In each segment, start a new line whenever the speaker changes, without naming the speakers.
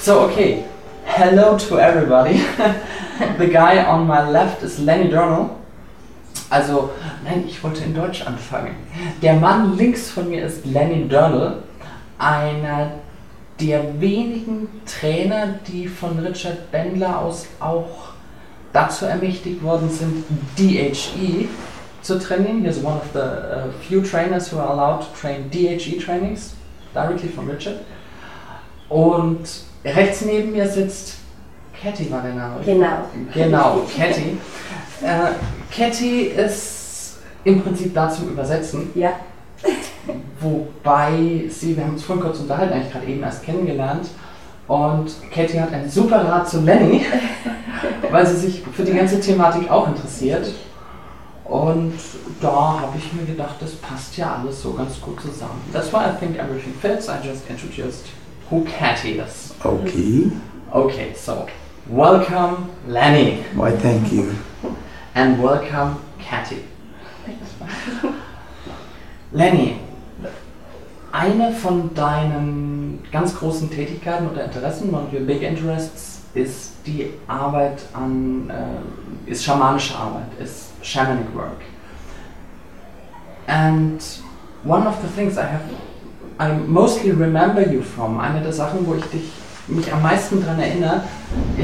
So, okay. Hello to everybody. The guy on my left is Lenny Dornell. Also, nein, ich wollte in Deutsch anfangen. Der Mann links von mir ist Lenny Dornell, einer der wenigen Trainer, die von Richard Bendler aus auch dazu ermächtigt worden sind, DHE zu trainieren. He is one of the uh, few trainers who are allowed to train DHE trainings directly from Richard. Und rechts neben mir sitzt Cathy war der Name.
Genau.
Genau, Cathy. Äh, Cathy ist im Prinzip da zum Übersetzen,
Ja,
wobei sie, wir haben uns vorhin kurz unterhalten, eigentlich gerade eben erst kennengelernt. Und Cathy hat einen super Rat zu Lenny, weil sie sich für die ganze Thematik auch interessiert. Und da habe ich mir gedacht, das passt ja alles so ganz gut zusammen. That's why I think everything fits. I just introduced who Cathy is.
Okay.
Okay, so welcome Lenny
Why, thank you.
and welcome Cathy. Lenny, eine von deinen ganz großen Tätigkeiten oder Interessen, one of your big interests, ist die Arbeit an, äh, ist schamanische Arbeit, ist shamanic work. And one of the things I have, I mostly remember you from, eine der Sachen, wo ich dich, mich am meisten daran erinnere,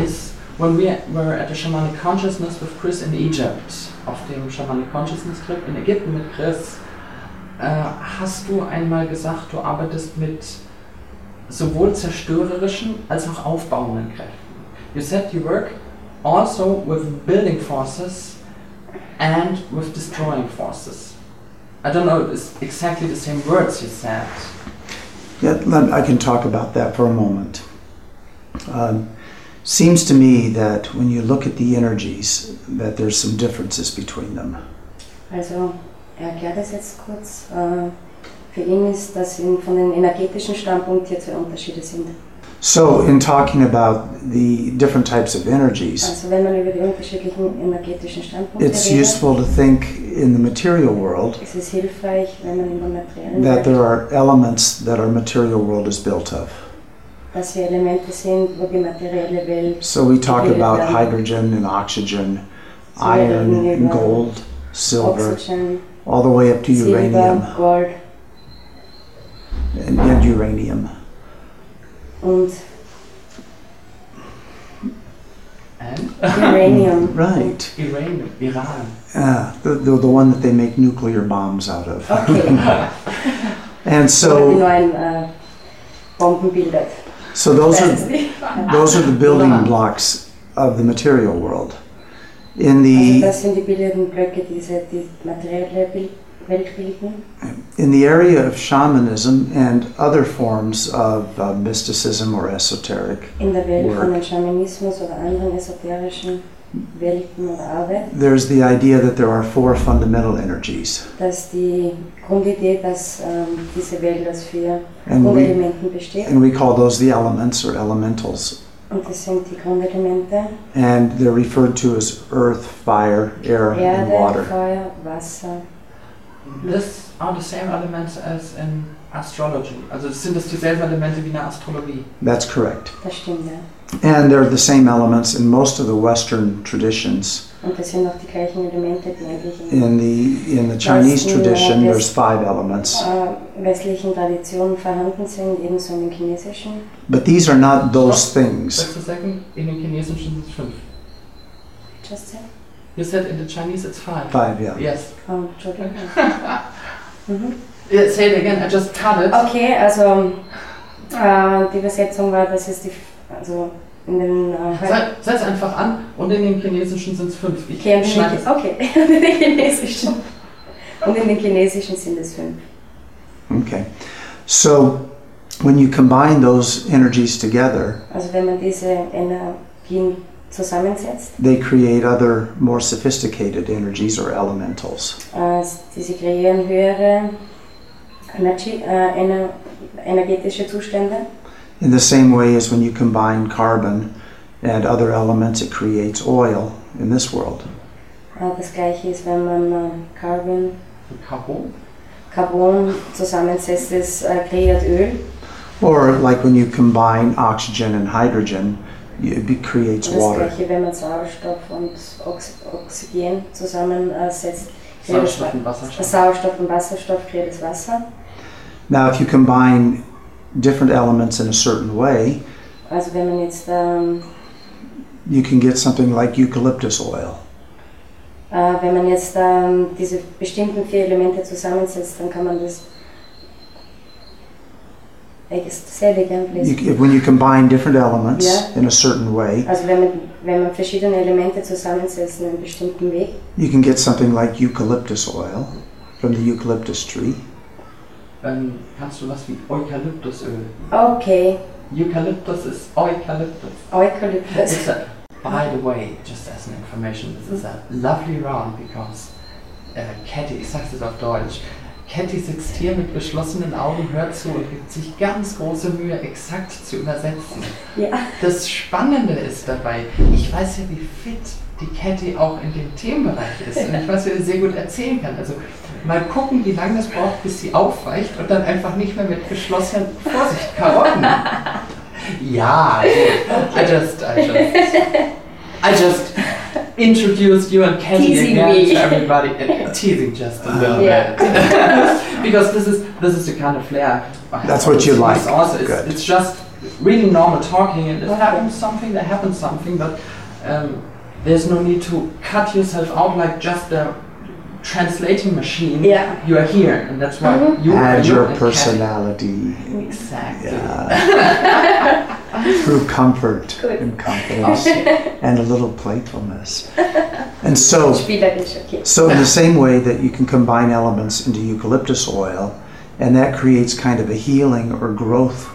ist, when we were at the Shamanic Consciousness with Chris in Egypt, auf dem Shamanic Consciousness Trip in Ägypten mit Chris, äh, hast du einmal gesagt, du arbeitest mit sowohl zerstörerischen als auch aufbauenden Kräften. You said you work also with building forces and with destroying forces. I don't know, it's exactly the same words you said.
Yeah, let- I can talk about that for a moment. Um, seems to me that when you look at the energies, that there's some differences between them.
also er erklärt das jetzt kurz. Äh, Für ihn ist, dass ihn von dem energetischen Standpunkt hier zwei Unterschiede sind.
So, in talking about the different types of energies,
Also wenn man über die unterschiedlichen energetischen Standpunkte
it's
redet,
useful to think in the material world
ist es hilfreich, wenn man über materiellen
that there
redet,
are elements that our material world is built of.
dass wir Elemente sind, wo die materielle Welt
So, we talk
Okay,
about
yeah.
hydrogen and oxygen,
So we're talking
iron,
about
gold, silver,
Oxygen,
all the way up to uranium.
Silber, Gold
and, and uranium.
und
And
Uranium.
Right.
Iran, Iran.
Uh, the, the, the one that they make nuclear bombs out of.
Okay,
And
so die
so,
neuen äh, Bomben bildet.
so those
Weiß es
are,
nicht.
those are the building blocks of the material world. In
Also
the,
das sind die bildenden Blöcke, die diese, die materielle Bil- Welt bilden.
in the area of shamanism and other forms of uh, mysticism or esoteric,
In der Welt
Work.
von dem Schamanismus oder anderen esoterischen Welten oder Arbeit,
there's the idea that there are four fundamental energies.
dass die Grundidee, dass ähm, diese Welt aus vier
And we,
Grundelementen besteht.
and we call those the elements or elementals.
Und das sind die Grundelemente
And they're referred to as earth, fire, air, and
Erde,
water.
Feuer, Wasser.
This are the same elements as in astrology. Also das sind das dieselben Elemente wie in der Astrologie.
That's correct.
Das stimmt, ja.
And they're the same elements in most of the Western traditions.
Und das sind auch die gleichen Elemente, die eigentlich in
In the in the Chinese
Yes,
tradition,
yes.
there's five elements,
äh, westlichen Traditionen vorhanden sind, ebenso in den chinesischen.
but these are not those things.
Just a second, in den Chinesischen sind es fünf.
Just say.
You said in the Chinese it's five.
Five, yeah.
Yes.
Oh, Entschuldigung. mhm.
Yeah, say it again, I just cut it.
Okay, also äh, die Übersetzung war, dass es die, also in den äh,
Sei- Setz einfach an und in den Chinesischen sind es fünf. Ich
okay, in den,
schneide es.
Chi- okay, in den chinesischen und in den chinesischen sind es fünf.
Okay. So when you combine those energies together,
Also wenn man diese Energien zusammensetzt,
they create other more sophisticated energies or elementals.
äh, diese kreieren höhere Energy, äh, ener, energetische Zustände.
In the same way as when you combine carbon and other elements, it creates oil in this world.
Äh, das gleiche ist, wenn man äh, Carbon,
Karo.
Carbon zusammensetzt, es äh, kreiert Öl.
Or like when you combine oxygen and hydrogen, it be- creates
Und das
water.
gleiche, wenn man Sauerstoff und Ox Oxygen zusammensetzt.
Sauerstoff und Wasserstoff.
Sauerstoff und Wasserstoff kreiert das Wasser.
Now, if you combine different elements in a certain way,
Also wenn man jetzt ähm,
you can get something like eucalyptus oil.
Äh, wenn man jetzt ähm, diese bestimmten vier Elemente zusammensetzt, dann kann man das. Ey, das- Say it again, please.
You, c- when you combine different elements
Yeah.
in a certain way,
Also wenn man, wenn man verschiedene Elemente zusammensetzt in einem bestimmten Weg,
you can get something like eucalyptus oil from the eucalyptus tree.
Dann kannst du was wie Eukalyptusöl.
okay,
Eukalyptus ist Eukalyptus.
Eukalyptus.
It's a, by the way, just as an information, this is a lovely round because äh, Catty, ich sag's jetzt auf Deutsch, Catty sitzt hier mit geschlossenen Augen, hört zu und gibt sich ganz große Mühe, exakt zu übersetzen.
Ja.
Das Spannende ist dabei, ich weiß ja, wie fit die Catty auch in dem Themenbereich ist und ich weiß, wie sie sehr gut erzählen kann. Also mal gucken, wie lange das braucht, bis sie aufweicht und dann einfach nicht mehr mit geschlossenen, Vorsicht, Karotten. Ja, so, I just, I just, I just introduced you and Kelly
Teasing
again
me.
to everybody, uh, teasing just a little
Yeah.
bit, because this is this is the kind of flair. I have
That's what you
always
like.
used Also, it's,
Good.
it's just really normal talking, and it happens something, that happens something, but um, there's no need to cut yourself out like just a translating machine.
Ja.
You are here, and that's why
Mm-hmm.
you are
Add
you
your
and Kelly.
personality.
Exactly.
Yeah. Through comfort
Good.
and confidence and a little playfulness. And so,
Spielerisch, okay.
So in the same way that you can combine elements into eucalyptus oil, and that creates kind of a healing or growth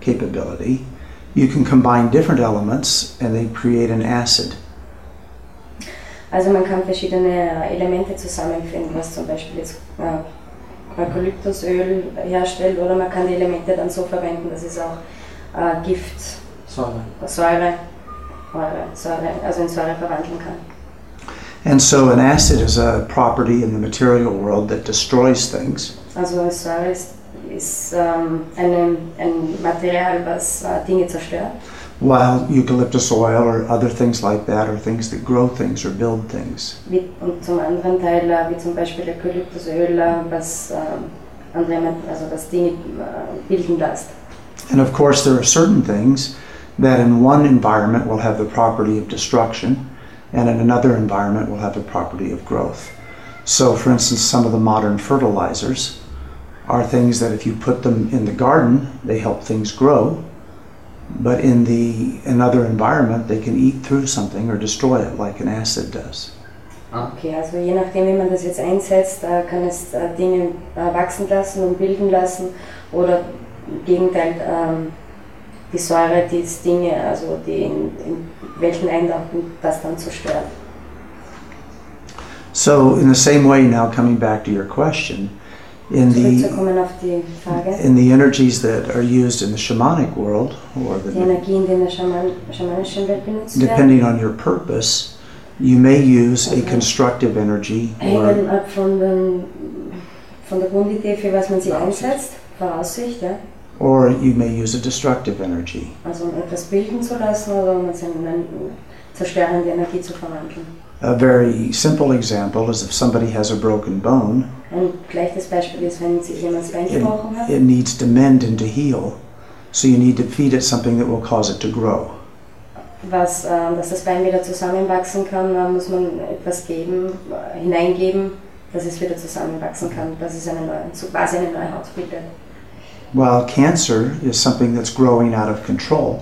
capability, you can combine different elements and they create an acid.
Also man kann verschiedene äh, Elemente zusammenfinden, was zum Beispiel jetzt äh, Eukalyptusöl herstellt oder man kann die Elemente dann so verwenden, dass es auch äh, Gift
Sorry.
Säure, Säure, Säure, also in Säure verwandeln kann.
And so an acid is a property in the material world that destroys things.
Also Säure ist, ist ähm, eine, ein Material, was äh, Dinge zerstört.
While eucalyptus oil or other things like that are things that grow things or build things.
Wie, und zum anderen Teil, äh, wie zum Beispiel Eukalyptusöl, äh, was äh, andere, Ma- also was Dinge äh, bilden lässt.
And of course, there are certain things that in one environment will have the property of destruction, and in another environment will have the property of growth. So, for instance, some of the modern fertilizers are things that if you put them in the garden, they help things grow, but in the another environment, they can eat through something or destroy it, like an acid does.
Okay, also je nachdem, wie man das jetzt einsetzt, äh, kann es äh, Dinge äh, wachsen lassen und bilden lassen oder im Gegenteil ähm, die Säure, die das Dinge, also die in, in welchen Eindauchen das dann zerstört.
So, in the same way, now coming back to your question, in the
Zurückzukommen auf die Frage,
in the energies that are used in the shamanic world or
die
the
Energien, die in der Schaman schamanischen Welt benutzt werden,
depending on your purpose you may use a constructive energy or
hängen ab von, den, von der Grundidee, für was man sie
Voraussicht.
einsetzt, Voraussicht, ja?
or you may use a destructive energy
also um etwas bilden zu lassen oder um es in eine zerstörende Energie zu verwandeln.
a very simple example is if somebody has a broken bone
Ein leichtes Beispiel ist, wenn sich jemand das Bein
it,
gebrochen hat,
it needs to mend and to heal so you need to feed it something that will cause it to grow
was, äh, dass das Bein wieder zusammenwachsen kann, da muss man etwas geben, äh, hineingeben, dass es wieder zusammenwachsen kann, dass es eine neue, so quasi eine neue Haut bildet.
while cancer is something that's growing out of control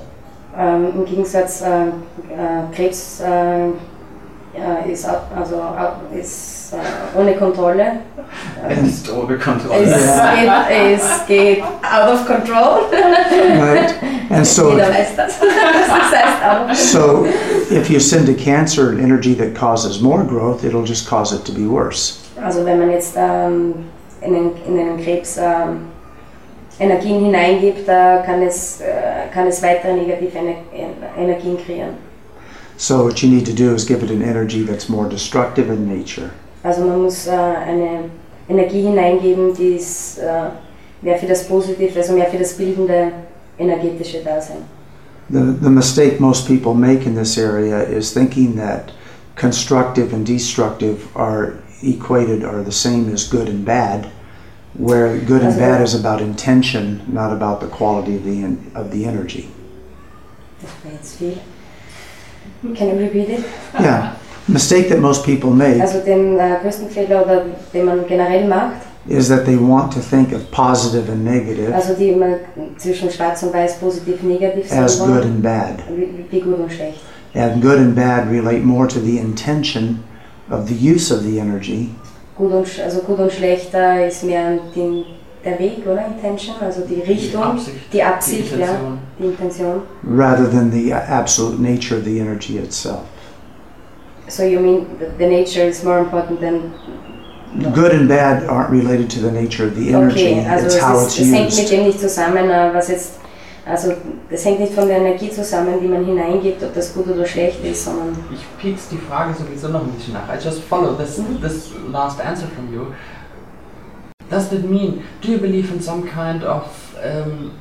Ähm, Im Gegensatz äh, äh, Krebs äh, äh, ist, ab, also, ab, ist äh, ohne Kontrolle.
Es ist ohne Kontrolle.
Es
Ja.
geht, es geht out of control.
right and so
Jeder weiß das. das heißt out of
so if you send to cancer an energy that causes more growth it'll just cause it to be worse
Also wenn man jetzt ähm, in, den, in den Krebs ähm, Energien hineingibt, da kann es, äh, kann es weitere negative Ener En- Energien kreieren.
So what you need to do is give it an energy that's more destructive in nature.
Also man muss äh, eine Energie hineingeben, die es äh, mehr für das Positive, also mehr für das bildende, energetische Dasein.
The, the mistake most people make in this area is thinking that constructive and destructive are equated are the same as good and bad, where good and
Also-
bad is about intention, not about the quality of the en- of the energy.
Das war jetzt viel. Can you repeat it?
Yeah, mistake that most people make
Also den äh, größten Fehler, oder den man generell macht,
is that they want to think of positive and negative
also die immer zwischen schwarz und weiß, positiv, negativ
as
sind
good
wollen,
and bad,
wie, wie gut und schlecht.
and good and bad relate more to the intention of the use of the energy
Gut und, sch- also gut und schlechter ist mehr den, der Weg, oder? Intention, also die
Die
Richtung,
Absicht,
die
die
Absicht, ja,
Intention.
die Intention.
rather than the absolute nature of the energy itself.
So you mean the, the nature is more important than
Good and bad aren't related to the nature of the energy.
okay, also
it's
es,
how
ist,
it's
es hängt
used.
mit dem nicht zusammen, äh, was jetzt also das hängt nicht von der Energie zusammen, die man hineingibt, ob das gut oder schlecht ist, sondern
Ich pieks die Frage sowieso noch ein bisschen nach. I just follow this, this last answer from you. Does that mean, do you believe in some kind of, um,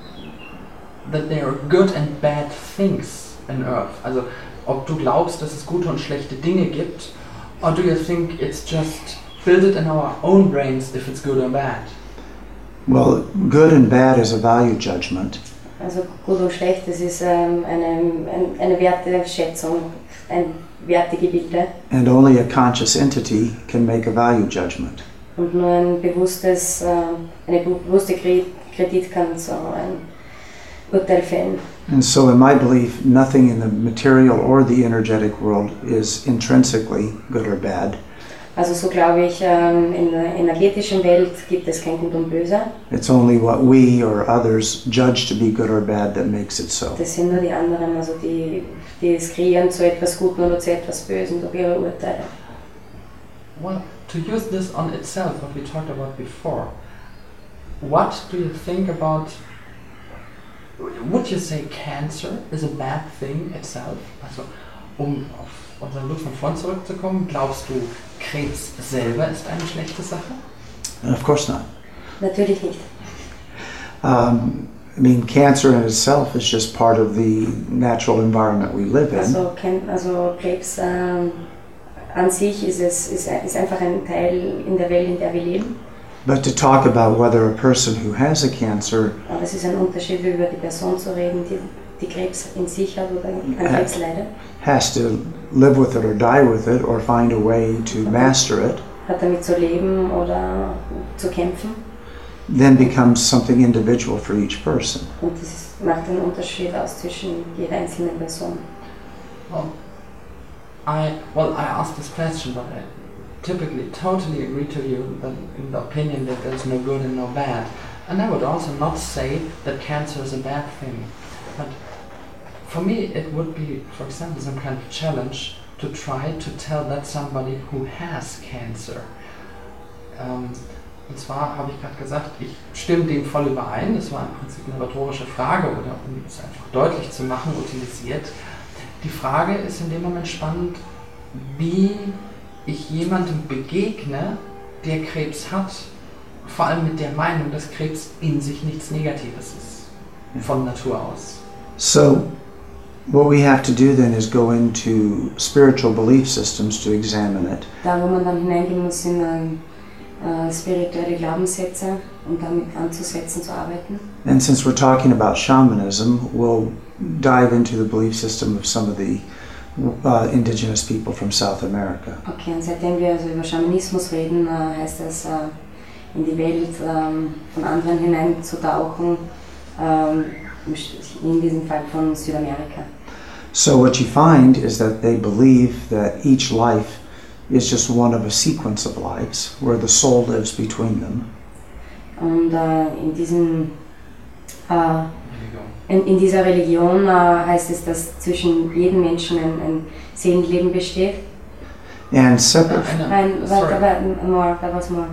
that there are good and bad things in Earth? Also, ob du glaubst, dass es gute und schlechte Dinge gibt, or do you think it's just built in our own brains if it's good or bad?
Well, good and bad is a value judgment.
also gut und schlecht, das ist ähm, eine, ein, eine Werteschätzung, ein Wertegebilde
And only a conscious entity can make a value judgment.
und nur ein bewusstes, ähm, eine bewusste Kre- Kredit kann so ein Urteil fällen.
And so, in my belief, nothing in the material or the energetic world is intrinsically good or bad.
Also so glaube ich, ähm, in der energetischen Welt gibt es kein Gut und Böse.
It's only what we or others judge to be good or bad that makes it so.
Das sind nur die anderen, also die, die es kreieren zu etwas Guten oder zu etwas Bösen durch ihre Urteile.
Well, to use this on itself, what we talked about before, what do you think about? Would you say cancer is a bad thing itself? Also, um auf unseren Look von vorn zurückzukommen, glaubst du, Krebs selber ist eine schlechte Sache?
And of course not.
Natürlich nicht.
Um, I mean, cancer in itself is just part of the natural environment we live in.
Also, kein, also Krebs ähm, an sich ist, es, ist, ein- ist einfach ein Teil in der Welt, in der wir leben.
But to talk about whether a person who has a cancer
Aber es ist ein Unterschied, über die Person zu reden, die, die Krebs in sich hat oder an
Ja.
Krebs leidet.
has to live with it or die with it or find a way to master it,
Hat damit zu leben oder zu kämpfen.
then becomes something individual for each person.
Und das ist- macht den Unterschied aus zwischen jeder einzelnen Person.
I well, I asked this question, but I typically totally agree to you that in the opinion that there's no good and no bad, and I would also not say that cancer is a bad thing, but for me it would be, for example, some kind of challenge to try to tell that somebody who has cancer. Ähm, und zwar habe ich gerade gesagt, ich stimme dem voll überein. Das war im Prinzip eine rhetorische Frage oder um es einfach deutlich zu machen, utilisiert. Die Frage ist in dem Moment spannend, wie ich jemandem begegne, der Krebs hat, vor allem mit der Meinung, dass Krebs in sich nichts Negatives ist, von Natur aus.
So, what we have to do then is go into spiritual belief systems to examine it.
Da, wo man dann hineingehen muss, sind ähm, äh, spirituelle Glaubenssätze, um damit anzusetzen, zu arbeiten.
And since we're talking about shamanism, we'll dive into the belief system of some of the uh, indigenous people from South America.
Okay, und seitdem wir also über Schamanismus reden, äh, heißt das, äh, in die Welt ähm, von anderen hineinzutauchen, ähm, in diesem Fall von Südamerika.
So, what you find is that they believe that each life is just one of a sequence of lives where the soul lives between them.
Und äh, in diesem äh, In, in dieser Religion äh, heißt es, dass zwischen jedem Menschen ein, ein Seelenleben besteht.
And separate,
Nein,
Eine,
warte,
sorry.
warte, more, da war's more.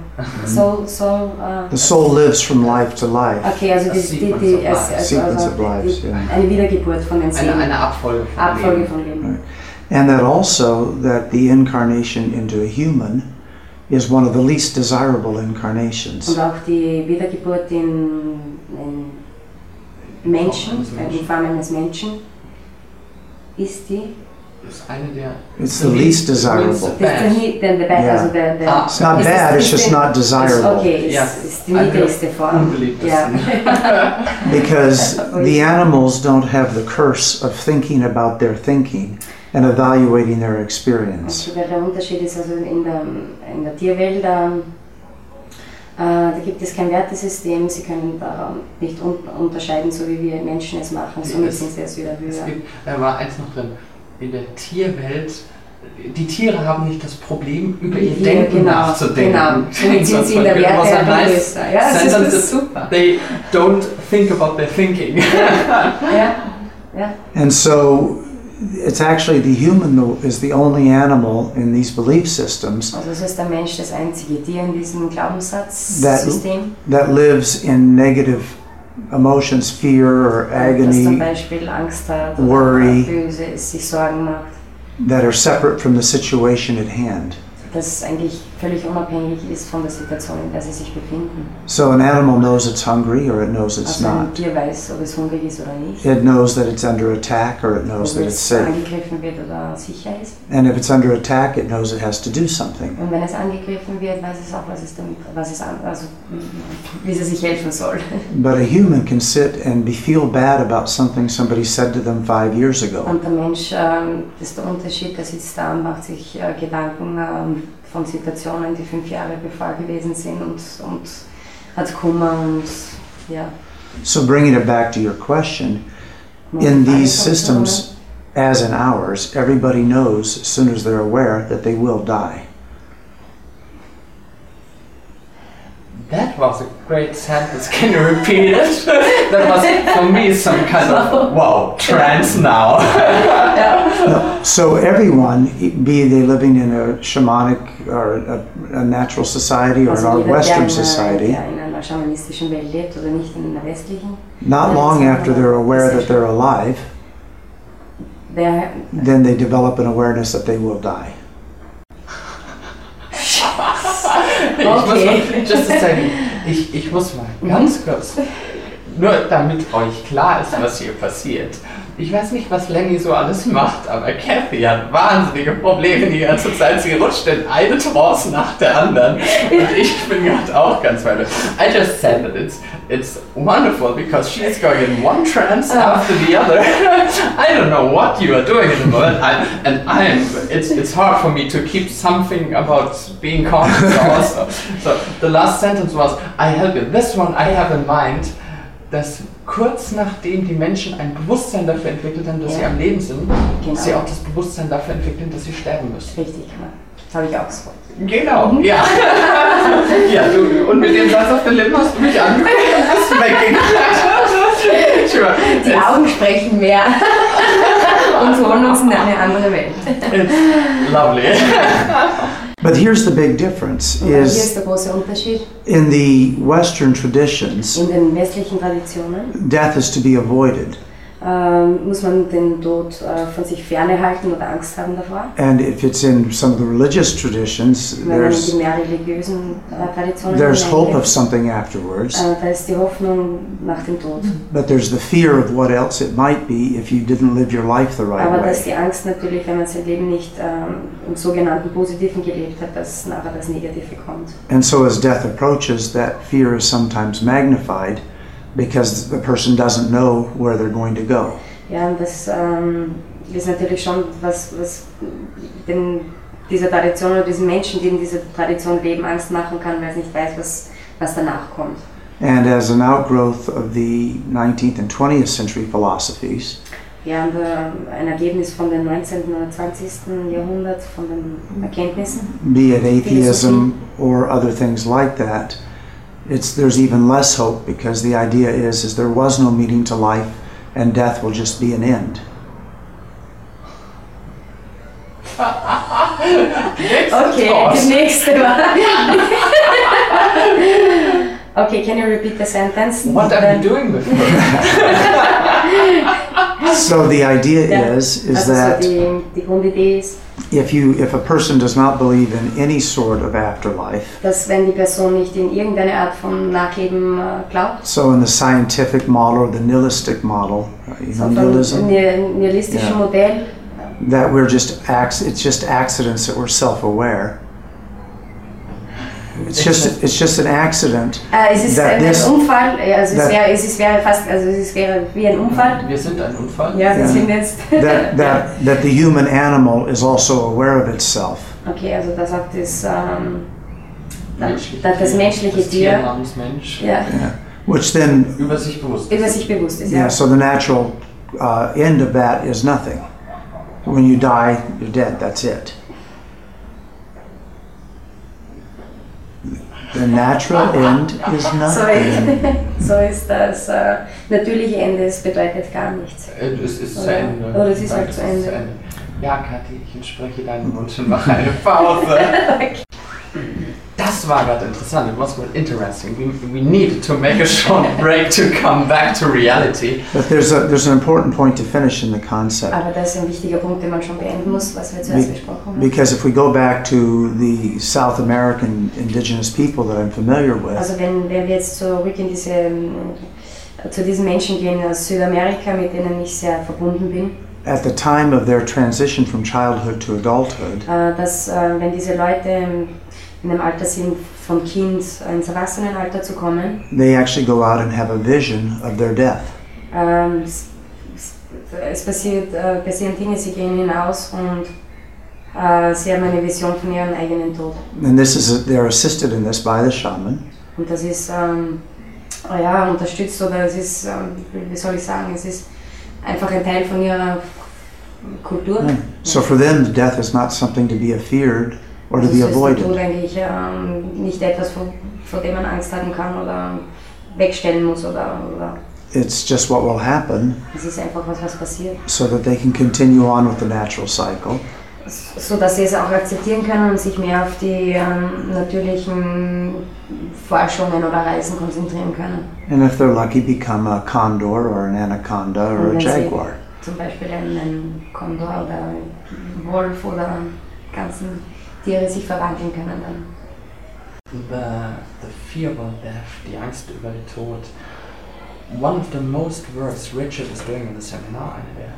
Soul, soul, äh,
the soul lives from life to life,
okay, also
A
die, die,
sequence of
die, also,
lives.
also,
sequence of
also
lives,
die,
yeah.
eine Wiedergeburt von den
eine,
Seelen,
eine Abfolge von
Abfolge
Leben.
von Leben.
And that also that the incarnation into a human is one of the least desirable incarnations.
Und auch die Wiedergeburt in, in Menschen,
Form eines
in
Menschen.
Form eines Menschen, ist die.
Das ist eine der.
It's the least desirable.
Das ist der, nie- der, der,
Ja.
also der, der
Ah,
It's not
Is
bad,
this-
it's
is
just
it-
not desirable.
Okay, ist,
Ja.
ist die niedrigste
Mhm.
Form. Ja.
unbeliebtesten.
Because the animals don't have the curse of thinking about their thinking and evaluating their experience.
Also der, der Unterschied ist also in der, in der Tierwelt, ähm, äh, da gibt es kein Wertesystem, sie können da nicht un unterscheiden, so wie wir Menschen es machen, somit
Es-
sind sie es wieder
Es
höher.
gibt, da war eins noch drin. In der Tierwelt, die Tiere haben nicht das Problem, über ihr
Wir-
Denken
genau,
nachzudenken.
Genau, somit sind sie in der
It was a
Wertherstellung
nice
größer. Ja, das
sentence.
ist super.
They don't think about their thinking.
Ja,
And so it's actually the human that is the only animal in these belief systems
also so ist der Mensch das einzige Tier in diesem Glaubenssatzsystem,
that lives in negative emotions, fear or
das zum
agony
Beispiel Angst hat,
worry.
oder böse ist, sich Sorgen macht.
that are separate from the situation at hand.
das eigentlich völlig unabhängig ist von der Situation, in der sie sich befinden.
So an animal knows it's hungry or it knows it's
also ein
not.
Tier weiß, ob es hungrig ist oder nicht,
It knows that it's under attack or it knows
ob
that it's
es
safe.
angegriffen wird oder sicher ist.
And if it's under attack, it knows it has to do something.
Und wenn es angegriffen wird, weiß es auch, was es damit, was es an, also wie es sich helfen soll.
But a human can sit and be feel bad about something somebody said to them five years ago.
Und der Mensch, ähm, das ist der Unterschied, der sitzt da und macht sich äh, Gedanken ähm, von Situationen, die fünf Jahre bevor gewesen sind und, und hat Kummer und ja.
So bringing it back to your question,
macht
in these
Angst und so, ne?
systems, as in ours, everybody knows as soon as they're aware that they will die.
That was a great sentence. Can you repeat it? That was for me some kind of wow trance now.
So everyone, be they living in a shamanic or a, a natural society or an
Also
our
jeder, der in
Western
einer-
society,
der in einer schamanistischen Welt lebt oder nicht in einer westlichen,
not long after they're aware that they're alive,
der
then they develop an awareness that they will die.
Ich muss
Okay.
mal, just a second. Ich, ich muss mal ganz kurz, nur damit euch klar ist, was hier passiert. Ich weiß nicht, was Lenny so alles macht, aber Kathy hat wahnsinnige Probleme die ganze Zeit. Sie rutscht in eine Trance nach der anderen. Und ich bin gerade auch ganz weit. weg. I just said that it's, it's wonderful because she's going in one trance after the other. I don't know what you are doing at the moment. I, and I'm, it's, it's hard for me to keep something about being conscious also. So the last sentence was, I help you. This one I have in mind, dass kurz nachdem die Menschen ein Bewusstsein dafür entwickelt haben, dass sie
Ja.
am Leben sind,
Genau.
sie auch das Bewusstsein dafür entwickeln, dass sie sterben müssen.
richtig kann. Das habe ich auch so.
Genau, ja. ja du, und mit dem Satz auf den Lippen hast du mich angeguckt und bist weggegangen. Sure.
Die Augen sprechen mehr und holen uns in eine andere Welt.
It's lovely.
But here's the big difference:
Und hier ist
is
der große Unterschied.
in the Western traditions,
In den westlichen Traditionen
death is to be avoided,
ähm, muss man den Tod äh, von sich ferne halten oder Angst haben davor.
and if it's in some of the religious traditions,
Wenn man in die
there's
mehr religiösen äh, Traditionen
there's hope of
hineingeht,
something afterwards,
äh, da ist die Hoffnung nach dem Tod.
but there's the fear of what else it might be if you didn't live your life the
Aber
right
dass
way.
die Angst natürlich, wenn man sein Leben nicht ähm, im sogenannten Positiven gelebt hat, dass nachher das Negative kommt.
And so, as death approaches, that fear is sometimes magnified because the person doesn't know where they're going to go.
Ja, und das ähm, ist natürlich schon was, was den, dieser Tradition oder diesen Menschen, die in dieser Tradition leben, Angst machen kann, weil es nicht weiß, was, was danach kommt.
And as an outgrowth of the 19th and 20th century philosophies,
Ja, und äh, ein Ergebnis von dem 19. oder 20. Jahrhundert, von den Erkenntnissen.
be it atheism or other things like that, it's, there's even less hope because the idea is, is there was no meaning to life and death will just be an end.
Trance.
das nächste war. Okay, can you repeat the sentence?
What are
Then-
you doing with her?
So the idea
Ja.
is is
also
that
so die, die Grundidee ist,
if you if a person does not believe in any sort of afterlife,
dass wenn die Person nicht in irgendeine Art von Nachleben äh, glaubt,
so in the scientific model or the nihilistic model, uh, you know,
so von
nihilism,
nihil- nihilistischem
Ja.
Modell,
that we're just acts it's just accidents that we're self-aware. It's just it's just an accident.
äh, es ist
That
ein,
this-
ein Unfall, ja, also es,
that-
wäre, es ist, wäre fast, also es wäre wie ein Unfall.
Wir sind ein Unfall.
Ja, wir
Ja.
sind jetzt.
That that that the human animal is also aware of itself.
Okay, also das hat das, ähm,
Menschliche
das, das
Tier,
menschliche
das Tier
Tier
namens Mensch
ja,
Which then
über sich bewusst
über sich bewusst ist.
yeah,
Ja.
so the natural uh, end of that is nothing. When you die, you're dead, that's it. The natural end is
So,
nothing.
so ist das äh, natürliche Ende, es bedeutet gar nichts.
Äh, Es ist äh,
Oder-
zu Ende.
oder es ist halt
Ja,
zu
es
Ende.
Ja, Kathi, ich entspreche deinem Wunsch und mache eine Pause. Das war gerade interessant. It was really interesting. We, we need to make a short break to come back to reality.
But there's a there's an important point to finish in the concept.
Aber das ist ein wichtiger Punkt, den man schon beenden muss, was wir zuerst besprochen haben.
Because if we go back to the South American indigenous people that I'm familiar with,
Also wenn, wenn wir jetzt zurück in diese, ähm, zu diesen Menschen gehen aus Südamerika, mit denen ich sehr verbunden bin,
at the time of their transition from childhood to adulthood,
äh, dass äh, wenn diese Leute ähm, in einem Alter sind, vom Kind ins Erwachsenenalter zu kommen,
they actually go out and have a vision of their death.
ähm, es, es- es passiert, äh, passieren Dinge, sie gehen hinaus und äh, sie haben eine Vision von ihrem eigenen Tod.
And this is they're assisted in this by the shaman.
Und das ist ähm, ja, unterstützt oder es ist, ähm, wie soll ich sagen, es ist einfach ein Teil von ihrer Kultur.
Yeah. So for them, death is not something to be feared or to
Also
be
so ist der Tod
avoided.
eigentlich ähm, nicht etwas, vor, vor dem man Angst haben kann oder wegstellen muss oder, oder
It's just what will happen
es ist einfach was, was passiert.
so that they can continue on with the natural cycle.
So dass sie es auch akzeptieren können und sich mehr auf die ähm, natürlichen Forschungen oder Reisen konzentrieren können.
And if they're lucky, become a condor or an anaconda or a
Amazing.
jaguar.
Zum Beispiel einen Kondor oder einen Wolf oder ganzen Tiere sich verwandeln können dann.
The, the fear about death, die Angst über den Tod. One of the most works Richard is doing in the seminar, eine der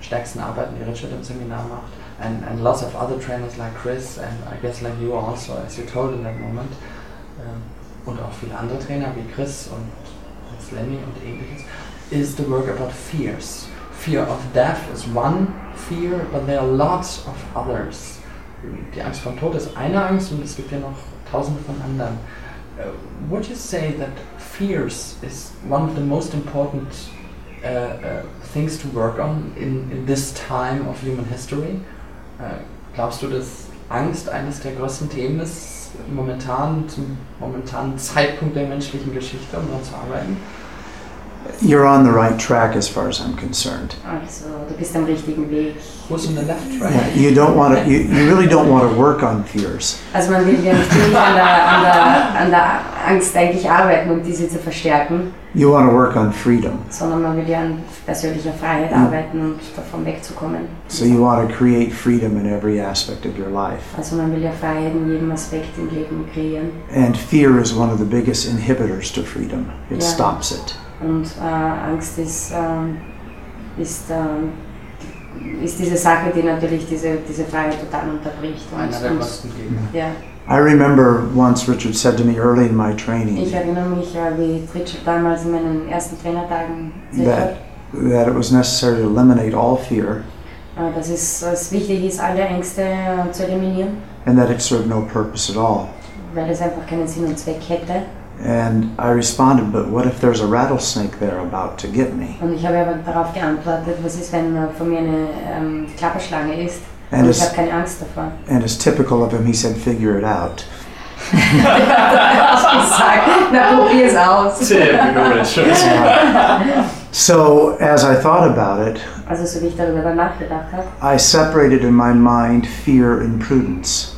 stärksten Arbeiten, die Richard im Seminar macht, and, and lots of other trainers like Chris and I guess like you also, as you told in that moment, ähm, und auch viele andere Trainer wie Chris und Hans Lenny und ähnliches, is the work about fears. Fear of death is one fear, but there are lots of others. Die Angst vom Tod ist eine Angst und es gibt ja noch tausende von anderen. Uh, would you say that fears is one of the most important uh, uh, things to work on in, in this time of human history? Uh, glaubst du, dass Angst eines der größten Themen ist, momentan, zum momentanen Zeitpunkt der menschlichen Geschichte, um daran zu arbeiten?
You're on the right track as far as I'm concerned.
Also du bist am richtigen Weg.
Who's on the left,
Yeah,
right?
You don't want to. You, you really don't want to work on fears.
Also man will ja natürlich an der, an, der, an der Angst eigentlich arbeiten, um diese zu verstärken,
You want to work on freedom.
sondern man will ja an persönlicher Freiheit arbeiten und davon wegzukommen.
So you want to create freedom in every aspect of your life.
Also man will ja Freiheit in jedem Aspekt im Leben kreieren.
And fear is one of the biggest inhibitors to freedom. It
Yeah.
stops it.
Und äh, Angst ist, ähm, ist, ähm, ist diese Sache, die natürlich diese, diese Freiheit total unterbricht.
Einer der
und,
größten Gegner.
ja.
I remember once Richard said to me early in my training
Ich erinnere mich, äh, wie Richard damals in meinen ersten Trainertagen gesagt hat,
that that it was necessary to eliminate all fear
äh, dass es, es wichtig ist, alle Ängste äh, zu eliminieren.
and that it served no purpose at all.
weil es einfach keinen Sinn und Zweck hätte.
And I responded, "But what if there's a rattlesnake there about to get me?"
Und ich habe aber darauf geantwortet, was ist, wenn äh, von mir eine ähm, Klapperschlange ist
And
und ich
as
habe keine Angst davor.
and as typical of him, he said, "Figure it out."
Hab ich gesagt, na probier es aus.
Typical Richard.
So as I thought about it,
Also so wie ich darüber dann nachgedacht habe,
I separated in my mind fear and prudence.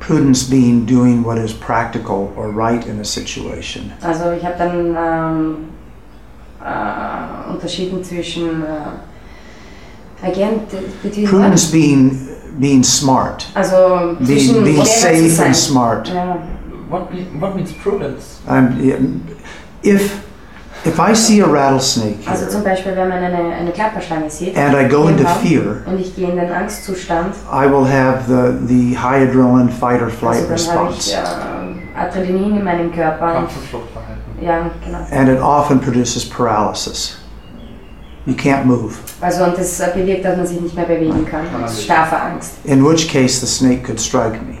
Prudence being doing what is practical or right in a situation.
also ich habe dann ähm, äh, unterschieden zwischen äh, Again, t- between
Prudence being being smart,
also
being
zwischen
being
clever zu
safe
sein.
and smart.
Ja.
What, be- what means prudence?
I'm, yeah, if if I see a rattlesnake
Also zum
here
Beispiel, wenn man eine, eine Klapperschlange sieht
and I go into
Yeah.
fear,
und ich gehe in den Angstzustand,
I will have the the high adrenaline fight or
also dann
flight
habe ich
response,
äh, Adrenalin in meinem Körper.
Kampf-
Und,
und Fluchtverhalten.
ja, genau.
and it often produces paralysis. You can't move.
Also und das äh, bewirkt, dass man sich nicht mehr bewegen kann. Das ist starke Angst.
In which case, the snake could strike me.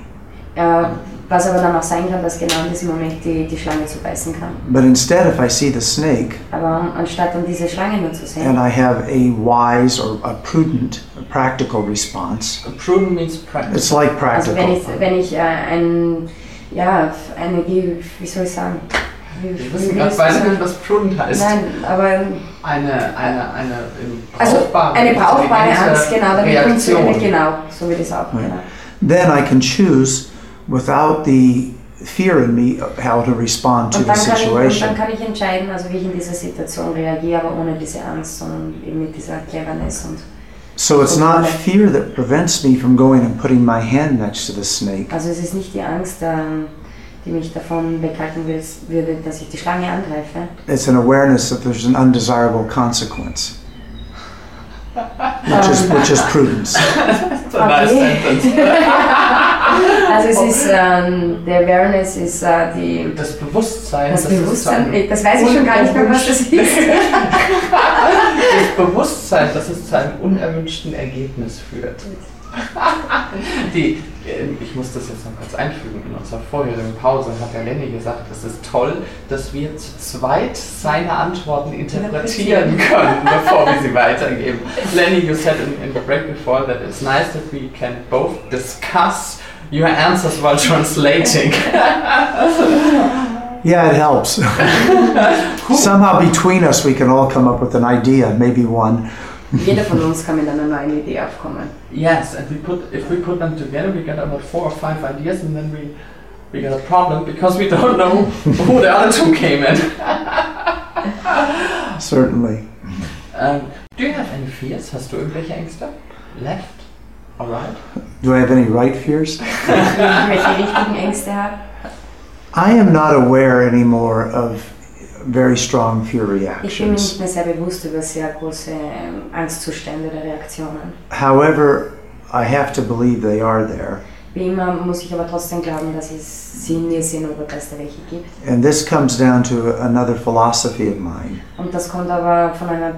Äh, was aber dann auch sein kann, dass genau in diesem Moment die, die Schlange zu beißen kann.
But instead, if I see the snake
Aber anstatt dann diese Schlange nur zu sehen,
and I have a wise or a prudent, practical response,
Prudent means practice.
it's like
also wenn
practical.
ich, wenn ich äh, ein, ja, eine, wie wie soll ich sagen, wie,
Wir
wie
wissen
will
gerade
ich's
beide
sagen?
nicht, was prudent heißt.
Nein, aber
Eine, eine, eine ähm,
also
brauchbare,
eine brauchbare
intelligente
Angst, genau, damit
Reaktion.
funktioniert genau, so wird es auch.
Ja.
Genau.
Then I can choose without the fear in me how to respond to
Und,
the
dann kann ich, und dann
situation.
kann ich entscheiden, also wie ich in dieser Situation reagiere, aber ohne diese Angst, sondern eben mit dieser Cleverness und
So it's not fear that prevents me from going and putting my hand next to the snake.
Also es ist nicht die Angst, ähm, die mich davon weghalten will- würde, dass ich die Schlange angreife.
It's an awareness that there's an undesirable consequence, which is, which is prudence.
That's a nice
Okay.
sentence.
Also es ist, ähm, der Awareness ist äh, die,
Das Bewusstsein.
das
dass es zu
Bewusstsein,
einem-
äh, das weiß ich schon gar nicht mehr, was das ist.
das Bewusstsein, dass es zu einem unerwünschten Ergebnis führt. Die, ähm, ich muss das jetzt noch kurz einfügen. In unserer vorherigen Pause hat der Lenny gesagt, es ist toll, dass wir zu zweit seine Antworten interpretieren können, bevor wir sie weitergeben. Lenny, you said in, in the break before that it's nice that we can both discuss your answers while translating.
Yeah, it helps. Somehow between us, we can all come up with an idea, maybe one.
Jeder von uns kann mit einer neuen Idee aufkommen.
Yes, and we put if we put them together, we get about four or five ideas, and then we we get a problem because we don't know who the other two came in.
Certainly.
Um, do you have any fears? Hast du irgendwelche Ängste? Left or right?
Do I have any right fears?
Wenn ich welche richtigen Ängste habe.
I am not aware anymore of very strong
Ich
fear
bin mir
reactions.
nicht mehr sehr bewusst über sehr große ähm, Angstzustände oder Reaktionen.
However, I have to believe they are there.
Wie immer muss ich aber trotzdem glauben, dass es sie in mir sind oder dass es da welche gibt.
And this comes down to another philosophy of mine,
Und das kommt aber von einer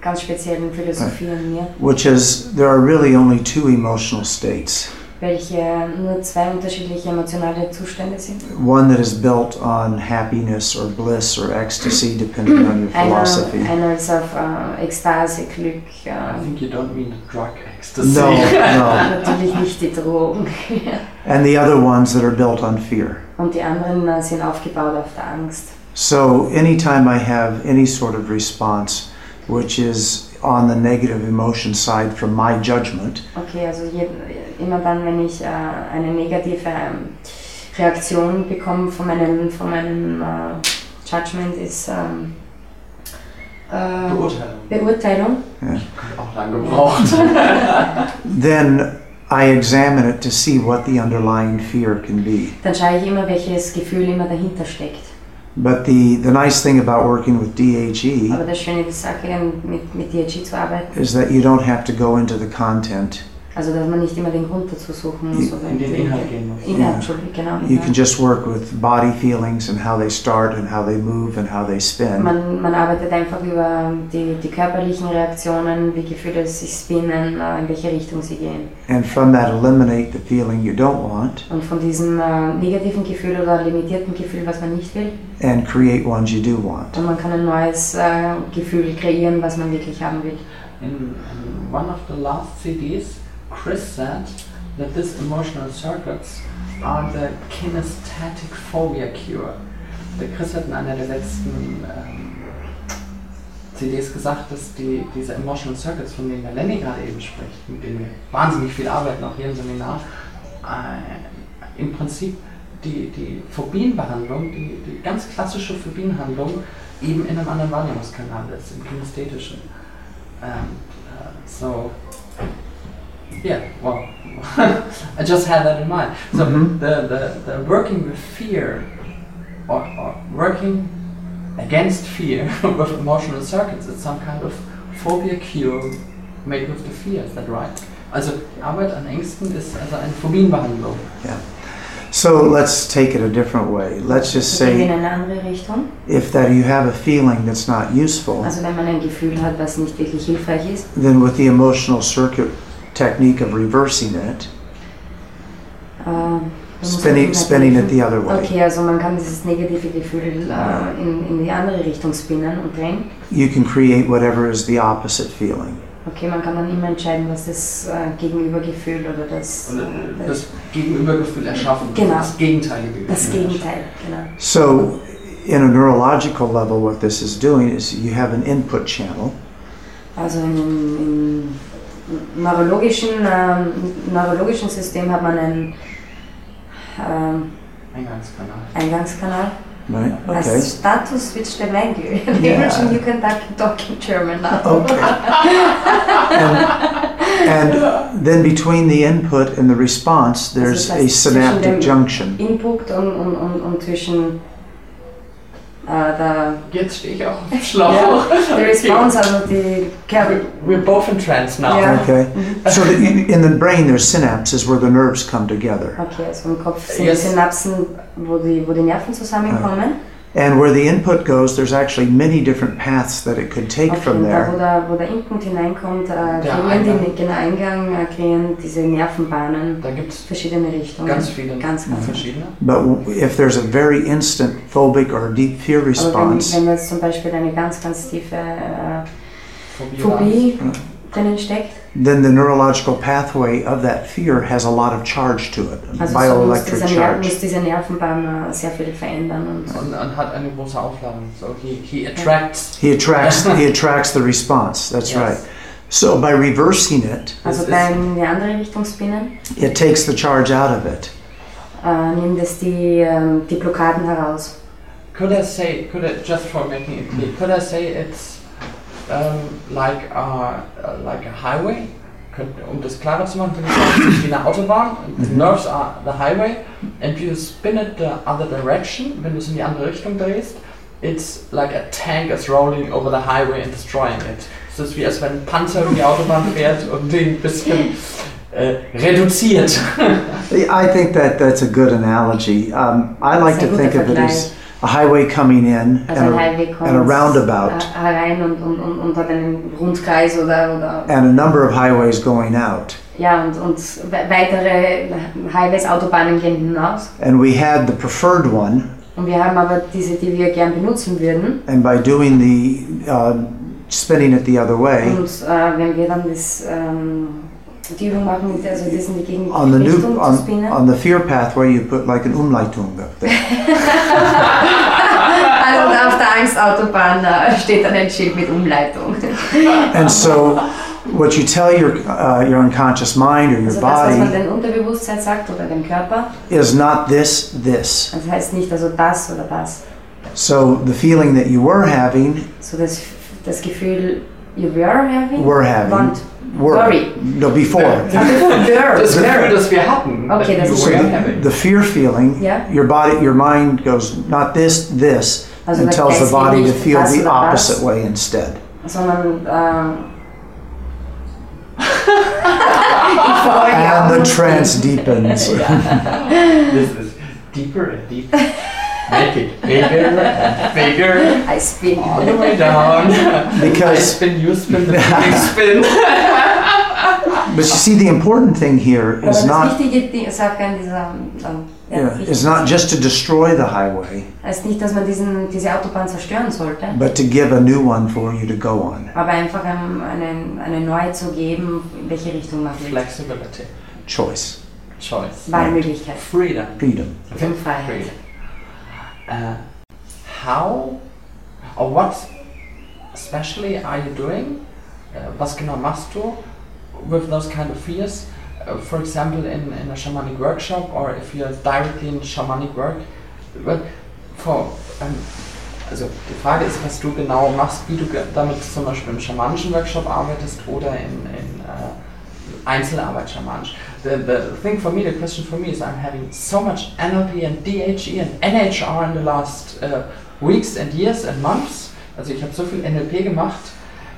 ganz speziellen Philosophie in mir,
which is there are really only two emotional states
welche nur zwei unterschiedliche emotionale Zustände sind.
one that is built on happiness or bliss or ecstasy, depending on your
Einer,
philosophy.
einer ist auf äh, Ekstase, Glück,
I
äh,
think you don't mean drug ecstasy.
No, no.
natürlich nicht die Drogen.
And the other ones that are built on fear.
Und die anderen äh, sind aufgebaut auf der Angst.
So, anytime I have any sort of response which is on the negative emotion side from my judgment,
Okay, also je, immer dann, wenn ich äh, eine negative ähm, Reaktion bekomme von meinem, von meinem äh, Judgment, ist ähm, äh,
Beurteilung.
Beurteilung.
Auch lange gebraucht.
then I examine it to see what the underlying fear can be.
Dann schaue ich immer, welches Gefühl immer dahinter steckt.
But the, the nice thing about working with DHE
Aber das Schöne der Sache, mit, mit DRG zu arbeiten,
is that you don't have to go into the content.
also dass man nicht immer den Grund dazu suchen muss. Oder
In den Inhalt gehen muss.
Inhalt,
Ja.
Entschuldigung, genau.
You
ja.
can just work with body feelings and how they start and how they move and how they spin.
Man, man arbeitet einfach über die, die körperlichen Reaktionen, wie Gefühle sich spinnen, äh, in welche Richtung sie gehen.
And from that, eliminate the feeling you don't want
Und von diesem äh, negativen Gefühl oder limitierten Gefühl, was man nicht will,
and create ones you do want.
und man kann ein neues äh, Gefühl kreieren, was man wirklich haben will.
In, in one of the last CDs, Chris said that these emotional circuits are the kinesthetic phobia cure. Der Chris hat in einer der letzten ähm, CDs gesagt, dass die, diese emotional circuits, von denen der Lenny gerade eben spricht, mit denen wir wahnsinnig viel arbeiten, auch hier im Seminar, äh, im Prinzip die, die Phobienbehandlung, die, die ganz klassische Phobienhandlung, eben in einem anderen Wahrnehmungskanal ist, im kinästhetischen. And uh, Ähm, so Yeah, well, I just had that in mind. So
Mhm.
the, the, the working with fear, or, or working against fear with emotional circuits, it's some kind of phobia cure made with the fear, is that right? Also die Arbeit an Ängsten ist also eine Phobienbehandlung.
So let's take it a different way. Let's just
Also in
say
eine andere Richtung.
if that you have a feeling that's not useful,
Also wenn man ein Gefühl hat, was nicht wirklich hilfreich ist,
then with the emotional circuit technique of reversing it,
äh, dann muss
spinning,
man
spinning it the other way,
Okay, also man kann dieses negative Gefühl äh, in, in die andere Richtung spinnen und drehen.
you can create whatever is the opposite feeling.
Okay, man kann dann immer entscheiden, was das äh, Gegenübergefühl oder das,
Und
äh, das,
das Gegenübergefühl erschaffen,
Genau.
das gegenteilige Gefühl.
das
erschaffen.
Gegenteil, genau.
So, in a neurological level, what this is doing is you have an input channel,
Also im, im neurologischen, ähm, neurologischen System hat man einen ähm,
Eingangskanal.
Eingangskanal.
right? Okay.
Als Status wird der Mängel.
Ja. Oh.
Imagine you can talk, talk in German now.
Okay. and, and then between the input and the response, there's
That's-
a
that's between
synaptic
them.
junction.
Input und, und, und, und zwischen äh, der,
Jetzt stehe ich auch auf dem Schlauch.
der Response, also die
We're,
Kerl.
we're both in trance now.
Ja.
Okay. So that in, in the brain, there's synapses where the nerves come together,
Okay, also im Kopf sind
Yes.
die Synapsen, wo die, wo die Nerven zusammenkommen.
and where the input goes, there's actually many different paths that it could take
Okay,
from
und da, wo
there.
der, wo der Input hineinkommt, äh, kreieren
Eingang.
die genau Eingang, äh, kreieren diese Nervenbahnen
Da gibt es
verschiedene Richtungen.
ganz Mhm. viele
ganz, ganz verschiedene.
verschiedene.
But w- if there's a very instant phobic or deep fear
Aber Also wenn,
response,
wenn jetzt zum Beispiel eine ganz, ganz tiefe äh,
Phobie.
Phobie drinnen steckt,
then the neurological pathway of that fear has a lot of charge to it,
also so muss,
bioelectric
dieser Nerv,
charge.
muss diese Nervenbahn äh, sehr viel verändern. Und,
Und, und hat eine große Aufladung. So he, he attracts.
He attracts he attracts the response. That's
Yes.
right. So by reversing it,
also
ist-
beim in die andere Richtung spinnen,
it takes the charge out of it.
äh, nimmt es die, ähm, die Blockaden heraus.
Could I say, could I, just for making it clear, could I say it's um, like, a, uh, like a highway? Könnt- Um das klarer zu machen, könnte ich sagen, es ist wie eine Autobahn. The
Mhm.
nerves are the highway. And you spin it the other direction, wenn du es in die andere Richtung drehst. It's like a tank is rolling over the highway and destroying it. Es ist wie als wenn ein Panzer über die Autobahn fährt und den ein bisschen äh, reduziert.
I think that that's a good analogy. Um, I like to
Sehr guter
think of it
Vergleich.
as a highway coming in
Also
and
ein
a,
Highway kommt
and a roundabout
äh, herein und, und, und, und hat einen Rundkreis oder, oder
and a number of highways going out.
ja und, und we- weitere Highways, Autobahnen gehen hinaus.
And we had the preferred one,
Und wir haben aber diese, die wir gern benutzen würden.
and by doing the uh, spinning it the other way,
Und äh, wenn wir dann das, ähm, die Übung machen, mit- also das in die Gegend
on the
Richtung
new
zu
on,
spinnen,
on the fear pathway, you put like an umleitung up there.
also da auf der Angstautobahn äh, steht dann ein Schild mit Umleitung.
and so, what you tell your uh, your unconscious mind or your
Also das, was man
body
dem Unterbewusstsein sagt oder dem Körper,
is not this this.
das heißt nicht also das oder das.
So the feeling that you were having,
So das, das Gefühl, you were having,
were having,
want,
were
worry.
no before.
were.
Das Gefühl, das wir hatten.
Okay,
that
das ist
we
So
were
schön.
having.
the, the fear feeling,
Ja,
your body, your mind goes not this, this,
also
and
das
tells the
Geist
body
geht
to
E
nicht
feel
das
the
oder das.
opposite way instead.
sondern äh, ich
Oh,
freue mich auch
And the
nicht.
trance deepens.
This is deeper and deeper. Make it bigger and bigger.
I spin.
All the way down. I
Because,
spin, you spin, the big spin.
but you see, the important thing here
Aber
is
das
not,
wichtige Ding, Sache an dieser ähm, ja,
yeah,
wichtig
is not just to destroy the highway,
ist nicht, dass man diesen, diese Autobahn zerstören sollte,
but to give a new one for you to go on.
aber einfach einem, einen, eine neue zu geben, in welche Richtung man will.
Flexibility.
Choice,
Choice.
Wahlmöglichkeit.
Freedom.
freedom.
Und Freiheit.
Freedom. Uh, how or what especially are you doing? Uh, was genau machst du with those kind of fears? Uh, for example, in, in a shamanic workshop or if you're directly in shamanic work. But for, ähm, also die Frage ist, was du genau machst, wie du ge- damit zum Beispiel im schamanischen Workshop arbeitest oder in, in äh, Einzelarbeit shamanisch. The, the thing for me, the question for me is I'm having so much NLP and DHE and NHR in the last uh, weeks and years and months. Also ich habe so viel NLP gemacht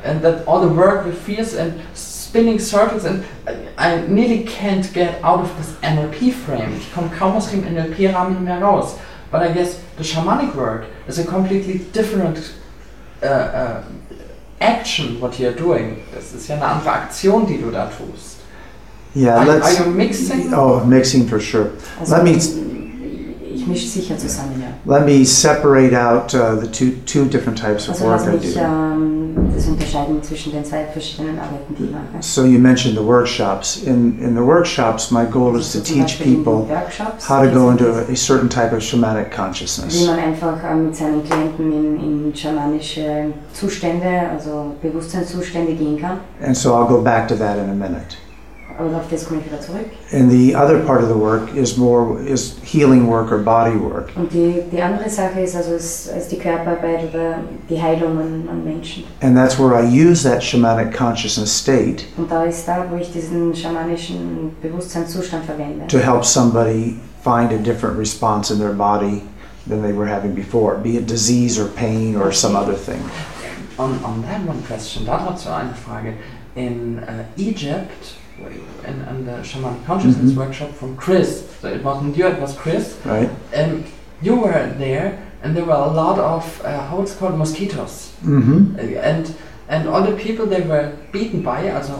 and that all the work with fears and spinning circles and uh, I nearly can't get out of this NLP frame. Ich komme kaum aus dem NLP-Rahmen mehr raus. But I guess the shamanic work is a completely different uh, uh, action what you're doing. Das ist ja eine andere Aktion, die du da tust.
Yeah,
Are, are
let's.
you mixing?
Oh, mixing for sure.
Also
Let me-
ich mische sicher zusammen, ja.
Let me separate out uh, the two two different types of
Also lass
work I
mich
do.
ähm, das unterscheiden zwischen den zwei verschiedenen Arbeiten, die ich mache.
So you mentioned the workshops. In in the workshops, my goal is to
Also zum
teach
Beispiel in
people
Workshops,
how to go into
also
a, a certain type of shamanic
wie
consciousness.
man einfach äh, mit seinen Klienten in, in schamanische Zustände, also Bewusstseinszustände gehen kann.
And so I'll go back to that in a minute.
Aber auf das komme ich wieder zurück.
And the other part of the work is more is healing work or body work.
Und die, die andere Sache ist also ist, ist die Körperarbeit oder die Heilung an, an Menschen.
And that's where I use that shamanic consciousness state
Und da ist da, wo ich diesen schamanischen Bewusstseinszustand verwende.
to help somebody find a different response in their body than they were having before, be it disease or pain or some other thing.
On, on that one question, dazu eine Frage. In uh, Egypt, in, in the Shamanic Consciousness
Mhm.
Workshop from Chris, so it wasn't you, it was Chris,
Right?
um, you were there and there were a lot of, uh, how it's called, mosquitoes.
Mm-hmm.
Uh, And, and all the people they were beaten by, also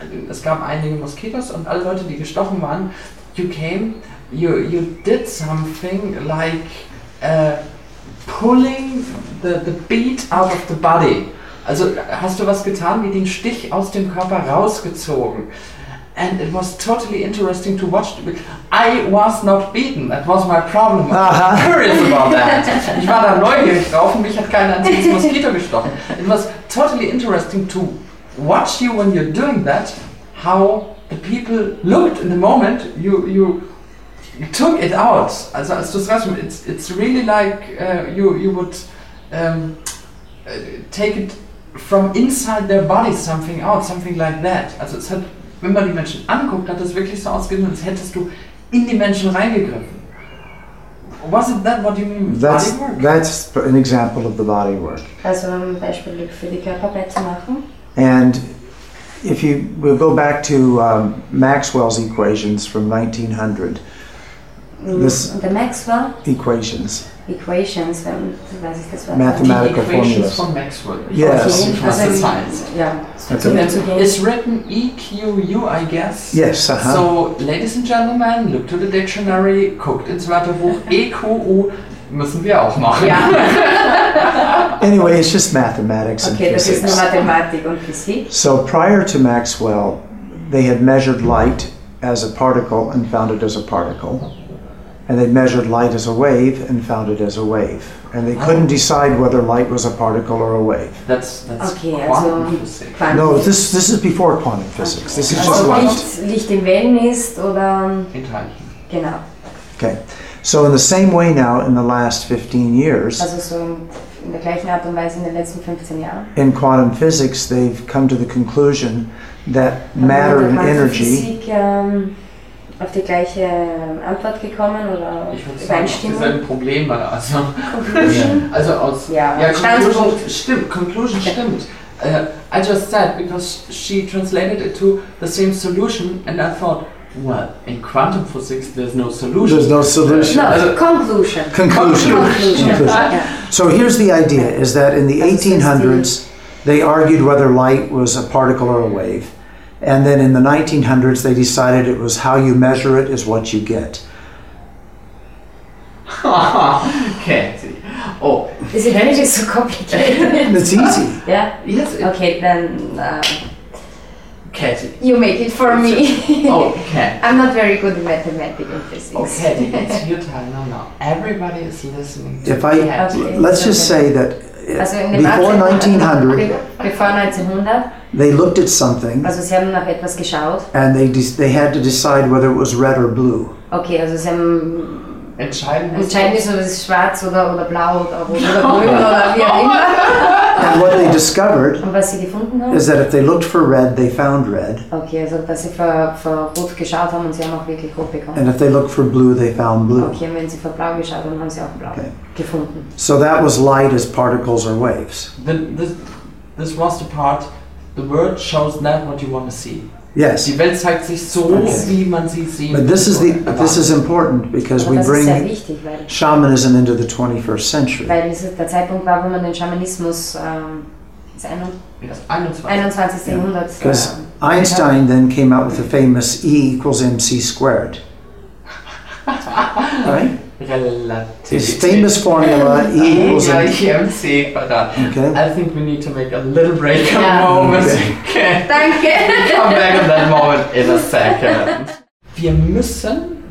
äh, es gab einige Moskitos und alle Leute, die gestochen waren, you came, you, you did something like äh, pulling the, the beat out of the body. Also hast du was getan, wie den Stich aus dem Körper rausgezogen. And it was totally interesting to watch. I was not beaten. That was my problem. I was
Aha.
curious about that. Ich war da neugierig drauf und mich hat kein einziges Moskito gestochen. It was totally interesting to watch you when you're doing that, how the people looked in the moment you, you took it out. Also als du es raus, it's, it's really like uh, you, you would um, uh, take it from inside their body something out, something like that. Also es hat, wenn man die Menschen anguckt, hat es wirklich so ausgesehen, als hättest du in die Menschen reingegriffen. Was it that what you mean with
That's
body work?
that's an example of the body work.
Also um ein Beispiel für die Körperarbeit zu machen.
And if you we'll go back to um, Maxwell's equations from 1900 Das-
Und der Max war
equations.
Equations, wenn, weiß ich das Wort.
Mathematical
the equations
formulas.
von Maxwell. Ich
Yes.
weiß
Okay,
nicht, was
also
das heißt.
ja, so
Also-
zu zu gehen.
It's written EQU, I guess.
Yes, uh-huh.
So, ladies and gentlemen, look to the dictionary, guckt ins Wörterbuch. EQU müssen wir auch machen.
Ja,
anyway, it's just mathematics and
okay, das ist nur
physics.
Mathematik und Physik.
So prior to Maxwell, they had measured light as a particle and found it as a particle. And they measured light as a wave and found it as a wave. And they couldn't decide whether light was a particle or a wave.
That's, that's
Okay, also
quantum physics.
Quanten.
No, this, this is before quantum physics. This is just
also
light.
Licht, Licht in Wellen ist oder
In Teilchen.
genau.
Okay. So in the same way now, in the last 15 years,
Also so in, in der gleichen Art und Weise in den letzten 15 Jahren.
in quantum physics, they've come to the conclusion that matter
Also
and
hat man die
energy
Physik ähm, auf die gleiche ähm, Antwort gekommen oder
Ich würde sagen, auf
Übereinstimmung.
dieselben Probleme. Also,
Conclusion.
also aus.
Ja,
Ja, Conclusion
Standpunkt.
stimmt. Conclusion stimmt. Uh, I just said, because she translated it to the same solution, and I thought, well, in quantum physics there's no solution.
There's no solution.
Also-
No, Conclusion.
conclusion.
Conclusion.
Conclusion.
Ja.
So here's the idea is that in the
That's
1800s, they argued whether light was a particle or a wave. And then in the 1900s, they decided it was how you measure it is what you get.
okay. Oh,
Is it really so complicated?
It's easy.
yeah.
yes. It,
Okay, then uh,
Katie.
you make it for me.
Oh, okay.
I'm not very good in mathematics and physics.
Oh, Katie, it's your time. No, no. Everybody is listening to
If I-
Katie.
Okay.
Let's just say that
Also in
uh,
dem
before
1800
1900,
Bevor 1900,
they looked at something
also sie haben nach etwas geschaut,
and they, de- they had to decide whether it was red or blue.
Okay, also sie haben
Entscheidend ist,
entscheidend ist, ob es schwarz oder, oder blau oder rot oder grün oder wie auch immer.
And what they discovered
Und was sie gefunden haben?
is that if they looked for red, they found red.
Okay, also dass sie für, für rot geschaut haben und sie haben auch wirklich rot bekommen.
And if they looked for blue, they found blue.
Okay, und wenn sie für blau geschaut haben, haben sie auch blau
Okay.
gefunden.
So that was light as particles or waves.
the, this, this was the part, the world shows that what you want to see.
Yes.
Die Welt zeigt sich so,
Okay.
wie man sie sehen
But this is the this is important because
Aber
we
das ist sehr
bring
wichtig, weil,
shamanism into the 21st century.
weil es der Zeitpunkt war, wo man den Schamanismus ähm, des einund-
Das 21.
21.
Ja.
Jahrhunderts
Because
ähm,
Einstein then came out with the famous E equals mc squared. Right? His
Relativität.
famous formula E equals mc.
Gleich MC, Quadrat.
Okay.
eh, I think we need to make a little break a
Ja.
moment.
Okay.
Okay.
Danke!
Come back in that moment in a second. Wir müssen.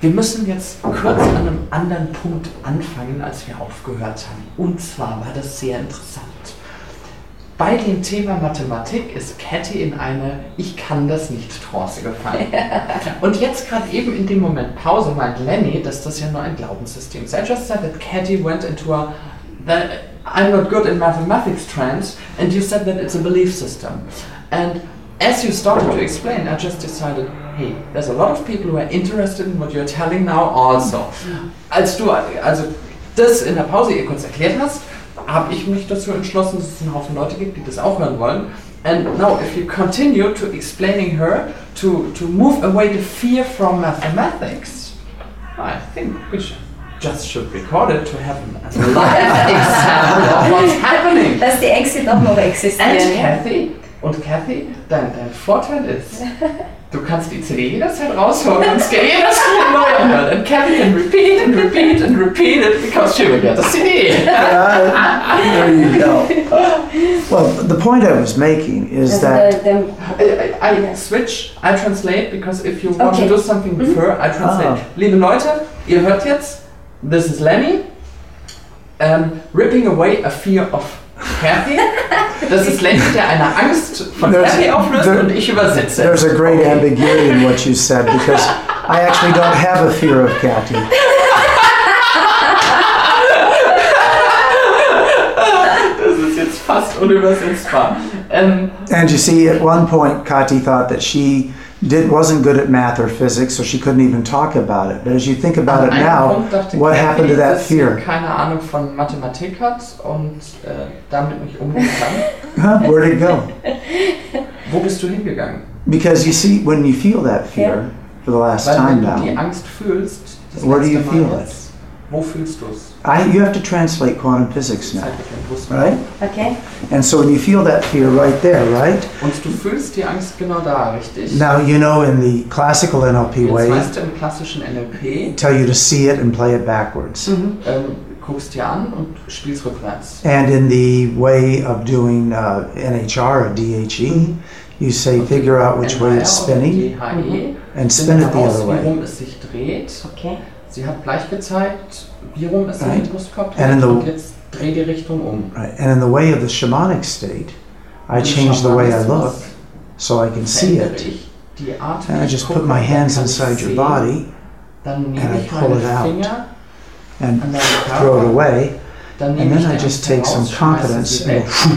Wir müssen jetzt kurz an einem anderen Punkt anfangen, als wir aufgehört haben. Und zwar war das sehr interessant. Bei dem Thema Mathematik ist Cathy in eine Ich kann das nicht Trance gefallen. Und jetzt gerade eben in dem Moment Pause meint Lenny, dass das ja nur ein Glaubenssystem ist. I just said that Cathy went into a that I'm not good in mathematics trance and you said that it's a belief system. And as you started to explain, I just decided, hey, there's a lot of people who are interested in what you're telling now also. Als du also das in der Pause ihr kurz erklärt hast, habe ich mich dazu entschlossen, dass es einen Haufen Leute gibt, die das auch hören wollen. And now, if you continue to explaining her to, to move away the fear from mathematics, I think we should just should record it to have a live example of what's happening.
Dass die Exit auch noch existieren.
And
ja.
Kathy, und Kathy, dein, dein Vorteil ist, du kannst die CD jederzeit rausholen und es geht jederzeit neu hören. And Kathy can repeat and repeat and repeat it because she will get the CD.
Uh, there you go. Well, the point I was making is
Also
that
der, der,
I, I, I
Yeah.
switch, I translate, because if you want
Okay.
to do something before, I translate.
Ah.
Liebe Leute, ihr hört jetzt, this is Lenny, ähm, ripping away a fear of Kathy. Das ist Lenny, der eine Angst von
There's-
Kathy auflöst
there-
und ich übersetze.
there's a great
Okay.
ambiguity in what you said because I actually don't have a fear of Kathy.
Das ist jetzt fast unübersetzbar. Ähm,
And you see, at one point, Kati thought that she did, wasn't good at math or physics, so she couldn't even talk about it. But as you think about it
an einem
now,
Punkt dachte
what
Kathy,
happened to that
dass sie
fear?
keine Ahnung von Mathematik hat und äh, damit nicht umgehen kann.
Huh? Where'd it go?
Wo bist du hingegangen?
Because you see, when you feel that fear for the last
Weil
time
wenn du die
now,
Angst fühlst, das
Where do
letzte
you
Mal
feel
jetzt, Wo fühlst du es?
I, you have to translate quantum physics now,
Zeitlich und bewusst.
right?
okay.
And so when you feel that fear right there, right?
Und du fühlst die Angst genau da, richtig?
Now, you know, in the classical NLP
Jetzt
way,
weißt du im klassischen NLP,
tell you to see it and play it backwards.
ähm, guckst dir an und spielst rückwärts.
And in the way of doing uh, NHR or DHE, you say figure out which way it's spinning
DHE mhm.
and spin it the
heraus,
other
wie
way.
rum es sich dreht.
Okay.
Sie hat gleich gezeigt, wie rum es sich
Right.
im Brustkorb
And in
dreht
the-
und jetzt dreh die Richtung um.
Right. And in the way of the shamanic state, I
Im
change the way I
Schamanismus
look so I can see
verändere
it.
Ich die Art, wie
And I
ich
just
gucke,
put my hands
dann kann ich
inside your
sehen,
body
Dann
and
nehme
I
ich
pull
meine
it out.
Finger
and
an deinen Körper.
throw it away.
Dann
And
nehme ich
then I
die
just
Angst
take some
heraus, schmeiße
confidence
sie
and
weg.
go, phew,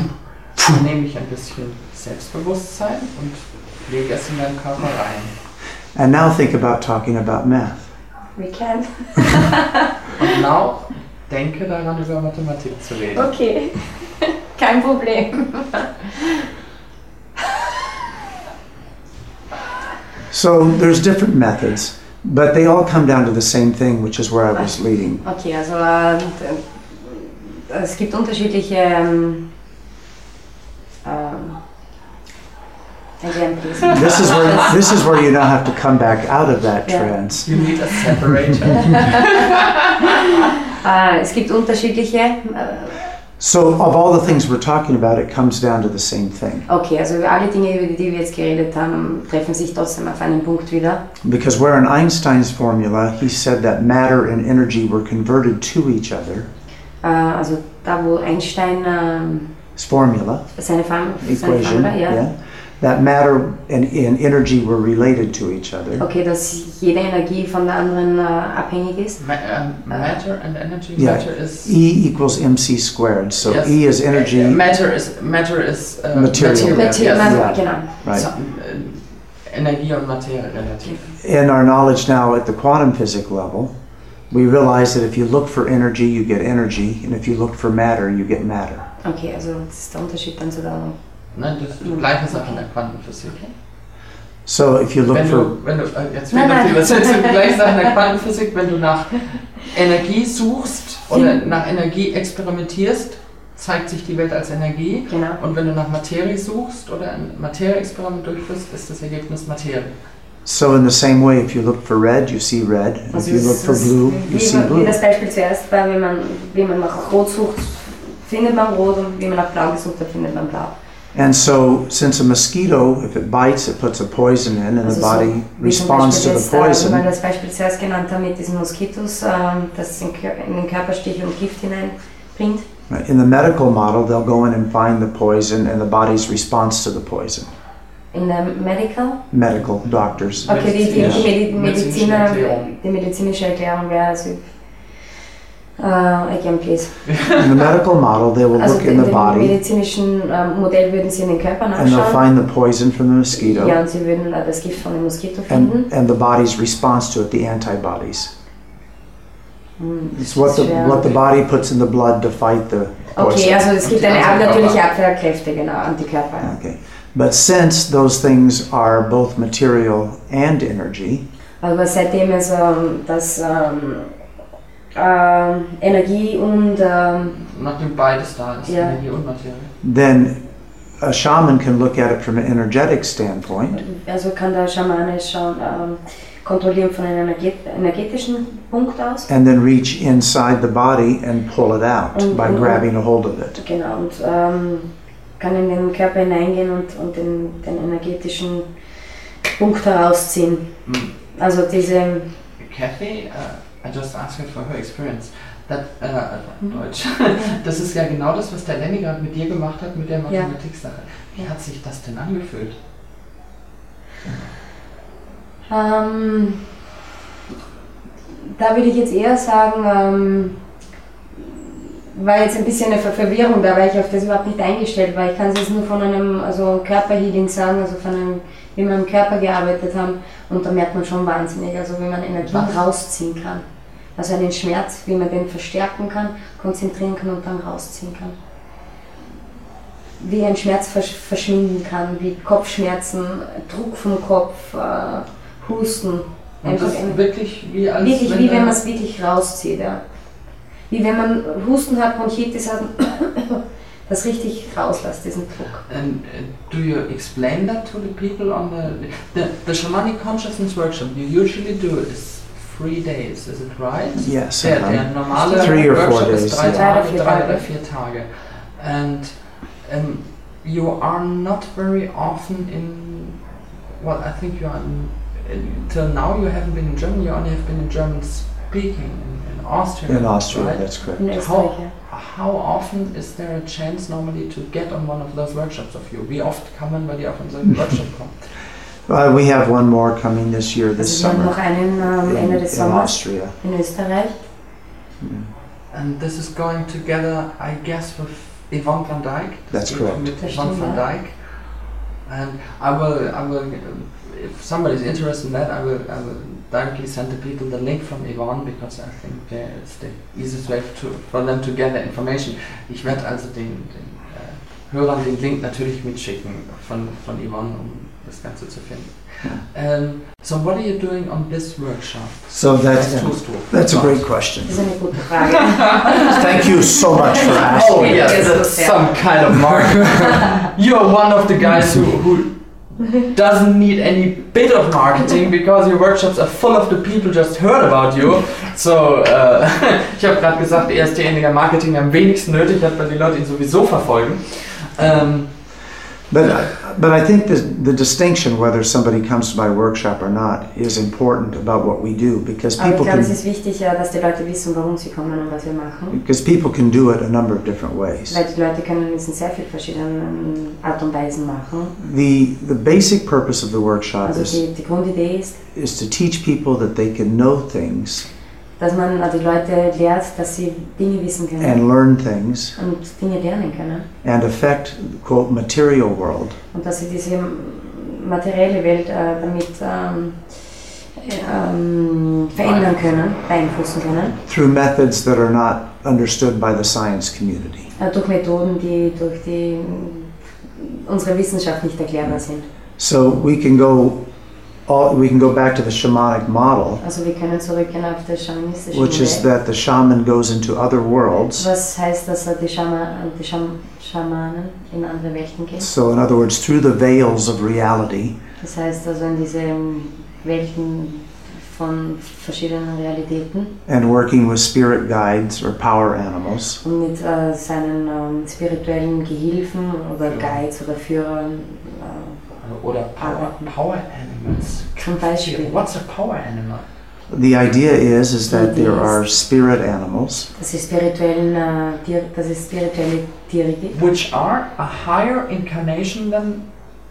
Dann nehme ich ein bisschen Selbstbewusstsein und lege es in deinen Körper rein.
and now think about talking about math.
We can.
Und now denke daran, über Mathematik zu reden.
Okay. Kein Problem.
So there's different methods, but they all come down to the same thing, which is where I was leading.
Okay, also äh, d- es gibt unterschiedliche ähm, ähm, NLPs.
This is where this is where you now have to come back out of that
Yeah.
trance.
You need a separator.
Äh, es gibt unterschiedliche. Äh,
So, of all the things we're talking about, it comes down to the same thing
okay, also alle Dinge, über die, die wir jetzt geredet haben, treffen sich trotzdem auf einen Punkt wieder.
because where in Einstein's formula he said that matter and energy were converted to each other.
Äh, also da, wo Einstein ähm,
äh,
His formula
seine Fam- seine
equation,
Formel, ja.
yeah. that matter and, and energy were related to each other.
Okay, dass jede Energie von der anderen äh, abhängig ist.
Ma- um, matter and energy.
Yeah.
Matter is
E equals mc squared. So
Yes.
E is energy.
Uh, matter is matter is uh,
Material.
Material,
yes.
Ja.
Genau.
right.
So, äh, Energie und Materie relativ.
in our knowledge now at the quantum physics level, we realize that if you look for energy, you get energy, and if you look for matter, you get matter.
Okay, also das ist der Unterschied dann zu der
Nein, Ne, das ist die gleiche Sache in der Quantenphysik.
So if you look
Wenn
for
du, wenn du, äh, jetzt wird
Nein,
noch die
nein.
Übersetzung gleich sagen, in der Quantenphysik, wenn du nach Energie suchst oder
Hm.
nach Energie experimentierst, zeigt sich die Welt als Energie.
Genau.
Und wenn du nach Materie suchst oder ein Materie-Experiment durchführst, ist das Ergebnis Materie.
so in the same way, if you look for red, you see red, and if
Also
you
es
look
ist,
for blue, you
wie,
see
man- wie
blue.
das Beispiel zuerst war, wenn man, wenn man nach Rot sucht, findet man Rot und wenn man nach Blau gesucht hat, findet man Blau.
And so, since a mosquito, if it bites, it puts a poison in, and
Also
the body
wie zum
responds to
Beispiel
the
jetzt, äh, wie man
poison.
das Beispiel zuerst genannt hat mit diesen Moskitos, ähm, das in, Kör- in den Körper sticht und Gift hineinbringt.
Right? In the medical model, they'll go in and find the poison and the body's response to the poison.
In der Medical?
Medical doctors.
Okay, die, die,
Medizinisch-
die,
medizinische
Medi Mediziner,
Erklärung.
die medizinische Erklärung wäre also, äh, again please.
In the medical model, they will
Also
look in
in
the
dem
body
medizinischen ähm, Modell würden sie in den Körper
and they'll
nachschauen.
find the poison from the mosquito
Ja, und sie würden äh, das Gift von dem Moskito finden.
and, and the body's response to it, the antibodies.
Hm,
It's what the,
schwer.
what the body puts in the blood to fight the
Okay,
poison.
also es
Und
gibt
die
eine Ab-
Antikörper.
natürliche Abwehrkräfte, genau, Antikörper. ja.
Okay. But since those things are both material and energy,
Aber seitdem es ähm, das ähm, ähm, Energie und ähm,
Nachdem beides da ist,
Ja.
Energie und Materie.
then a shaman can look at it from an energetic standpoint
also kann der Schamane schon ähm, kontrollieren von einem energe- energetischen Punkt aus.
and then reach inside the body and pull it out
Mm,
by
mm, mm.
grabbing a hold of it.
Genau, und ähm, kann in den Körper hineingehen und, und den, den energetischen Punkt herausziehen.
Hm.
Also diese
Kathy, uh, I just asked her for her experience. That, äh,
Mhm.
Deutsch. Das ist ja genau das, was der Lenny gerade mit dir gemacht hat, mit der Mathematiksache. Wie hat sich das denn angefühlt?
Ähm, da würde ich jetzt eher sagen, ähm, war jetzt ein bisschen eine Ver- Verwirrung da, weil ich auf das überhaupt nicht eingestellt war. Ich kann es jetzt nur von einem also Körperhealing sagen, also von einem, wie wir im Körper gearbeitet haben. Und da merkt man schon wahnsinnig, also wie man Energie
Was?
rausziehen kann. Also einen Schmerz, wie man den verstärken kann, konzentrieren kann und dann rausziehen kann. Wie ein Schmerz versch verschwinden kann, wie Kopfschmerzen, Druck vom Kopf, äh, Husten.
Und das ist wirklich wie als
Wirklich, wie wenn
äh,
man es wirklich rauszieht, ja. Wie wenn man Husten hat, Bronchitis hat, das richtig rauslässt, diesen Druck.
And uh, do you explain that to the people on the the, the shamanic consciousness workshop? You usually do is three days, is it right?
Yes.
Der,
uh-huh.
der normale
Three or four
Workshop
days,
ist drei
yeah.
Tage,
Drei oder vier
drei oder
Tage.
vier Tage. And um, you are not very often in. Well, I think you are. In, in, till now, you haven't been in Germany. You only have been in German speaking in, in Austria.
In Austria,
right?
that's correct.
In Österreich, ja.
How often is there a chance normally to get on one of those workshops of you? Wie oft kann man bei dir auf unseren Workshop kommen?
Uh, we have one more coming this year, this
Also wir haben noch
summer,
einen ähm,
in,
Ende des
in
Sommers
Austria. Mm.
in Österreich.
And this is going together, I guess, with Yvonne van Dijk.
That's
Mit-
correct.
Mit
That's
Yvonne van
right.
Dijk. And I will, I will, if somebody's interested in that, I will, I will directly send the people the link from Yvonne because I think there is the easiest way to, for them to gather information. Ich werde also den, den äh, Hörern den Link natürlich mitschicken von, von Yvonne, um das Ganze zu finden. Ähm, so what are you doing on this workshop?
So that's,
Was tust du?
that's a great question.
Das ist eine gute Frage.
Thank you so much for asking.
Oh yes, that's some kind of mark. You're one of the guys who, who doesn't need any bit of marketing because your workshops are full of the people just heard about you. So, äh, ich habe gerade gesagt, er ist derjenige der Marketing am wenigsten nötig hat, weil die Leute ihn sowieso verfolgen. Ähm,
But, I- but I think the, the distinction, whether somebody comes to my workshop or not, is important about what we do because
Aber ich
people
glaube, es
can,
ist wichtig, ja, dass die Leute wissen, warum sie kommen und was wir machen.
because people can do it a number of different ways.
Weil die Leute können es in sehr vielen verschiedenen ähm, Art und Weisen machen.
The, the basic purpose of the workshop
Also
is,
die, die Grundidee ist,
is to teach people that they can know things
dass man also die Leute lehrt, dass sie Dinge wissen können
and learn things
und Dinge lernen können.
and affect, quote, material world
Und dass sie diese materielle Welt äh, damit ähm, ähm, verändern können, beeinflussen können,
through methods that are not understood by the science community.
äh, durch Methoden, die durch die, äh, unsere Wissenschaft nicht erklärbar sind.
So we can go, all, we can go back to the shamanic model,
Also wir können zurückgehen auf das schamanistische
which is
Modell.
that the shaman goes into other worlds.
Was heißt, dass äh, die, Schama die Scham Schamanen in andere Welten gehen?
So, in other words, through the veils of reality,
Das heißt also in diese Welten von verschiedenen Realitäten
and working with spirit guides or power animals,
und mit äh, seinen ähm, spirituellen Gehilfen oder
Ja.
Guides oder Führern. Äh,
Oder Power, Power Animals.
zum Beispiel,
What's a Power Animal?
The idea is is that there are spirit animals
dass es, spirituellen, äh, Tier, dass es spirituelle Tiere gibt,
Which are a higher incarnation than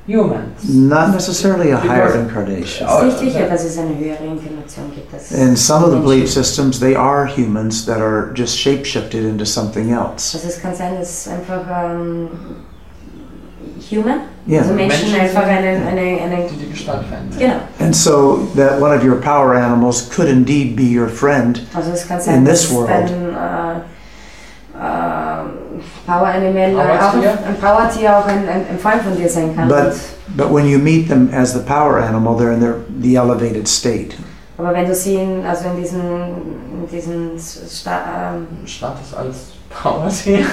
humans.
not necessarily a higher incarnation
Oh,
ist nicht sicher,
ja.
dass es eine höhere Inkarnation gibt. Dass
in some of the belief
Menschen.
systems they are humans that are just shapeshifted into something else
Also es kann sein, dass einfach ähm, Human, also
yeah
Menschen,
Menschen
einfach
sind-
einen, einen, einen
Die die Gestalt verändern.
genau.
and so that one of your power animals could indeed be your friend
Also es kann
In
sein,
this
dass
world.
dein äh, äh, Power Animal äh, auch
Powertier?
ein Powertier auch ein, ein, ein Freund von dir sein kann.
But-
Und,
but when you meet them as the power animal they're in their the elevated state
aber wenn du sie in, also in diesen, in diesen Sta ähm,
Status als Power Tier.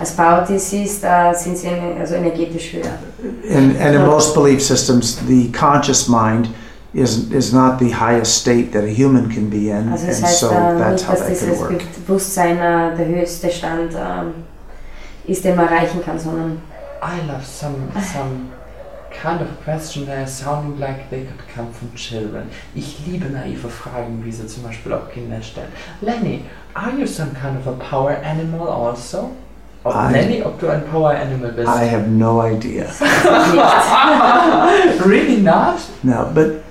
als Powertier siehst, äh, sind sie in, also energetisch höher.
Mm-hmm. and, and in most belief systems the conscious mind is is not the highest state that a human can be in
Also das
and
heißt
so
äh,
that's
nicht,
how
dass
that could
dieses
work
Bewusstsein äh, der höchste Stand ähm, ist, den man erreichen kann, sondern
I love some some kind of question there sounding like they could come from children. Ich liebe naive Fragen, wie sie zum Beispiel auch Kinder stellen. Lenny, are you some kind of a power animal also? Ob
I-
Lenny, ob du ein Power Animal bist?
I have no idea
nichts.
really not?
No, but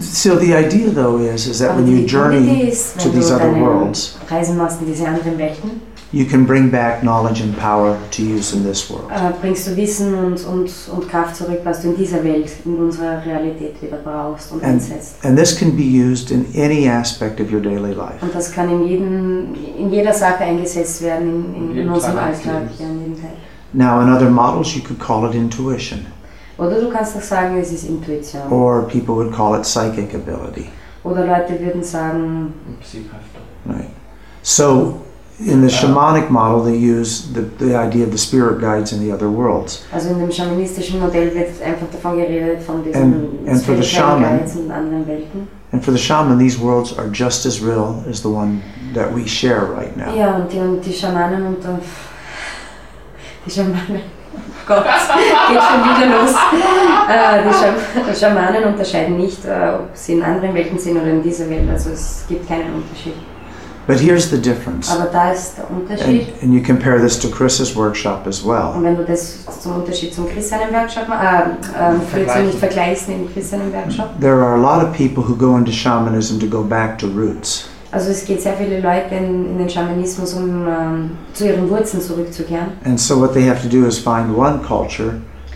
so the idea though is is that
Aber
when
die
you journey
Idee ist,
to
wenn
these
du
other
deine
worlds,
Reisen machst in diese anderen Welten,
you can bring back knowledge and power to use in this world.
äh, bringst du Wissen und, und, und Kraft zurück, was du in dieser Welt, in unserer Realität wieder brauchst und
Ein-
einsetzt.
And this can be used in any aspect of your daily life.
Und das kann in, jedem, in jeder Sache eingesetzt werden,
In
in, in,
jedem
unserem
Teil des
Alltag,
Lebens.
ja, in jedem Teil.
Now in other models you could call it intuition
Oder du kannst auch sagen, es ist Intuition.
or people would call it psychic ability,
Oder Leute würden sagen,
Psychhafter.
right? So in the shamanic model they use the, the idea of the spirit guides in the other worlds.
also in dem schamanistischen Modell wird einfach davon geredet, von diesen
And- and for the
spirituellen
shaman-
Guides und anderen Welten.
And for the shaman these worlds are just as real as the one that we share right now.
Ja, und die, und die Schamanen und äh, die Schamanen. oh Gott, geht schon wieder los. Äh, die Scham- Schamanen unterscheiden nicht, äh, ob sie in anderen Welten sind oder in dieser Welt. Also es gibt keinen Unterschied.
But here's the difference.
Aber da ist der
And,
Unterschied.
and you compare this to Chris's workshop as well.
Und wenn du das zum Unterschied zum Chris seinem Workshop ma- äh, äh, für
Vergleichen.
nicht vergleichst mit dem Chris seinem Workshop.
There are a lot of people who go into shamanism to go back to roots.
Also es geht sehr viele Leute in, in den Schamanismus, um ähm, zu ihren Wurzeln zurückzukehren.
And so what they have to do is find one culture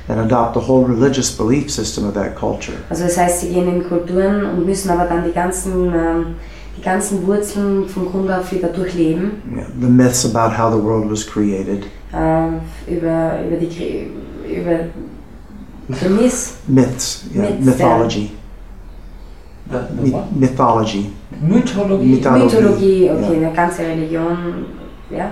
and adopt the whole religious belief system of that culture.
Also das heißt, sie gehen in Kulturen und müssen aber dann die ganzen, ähm, die ganzen Wurzeln vom Grund auf wieder durchleben,
You know, the myths about how the world was created,
ähm, über, über, die, Krie- über den Miss,
myths, you know,
Myths, yeah.
mythology,
The, the
my-
what?
mythology.
Mythologie.
Mythologie.
Mythologie, okay, eine ganze Religion, ja.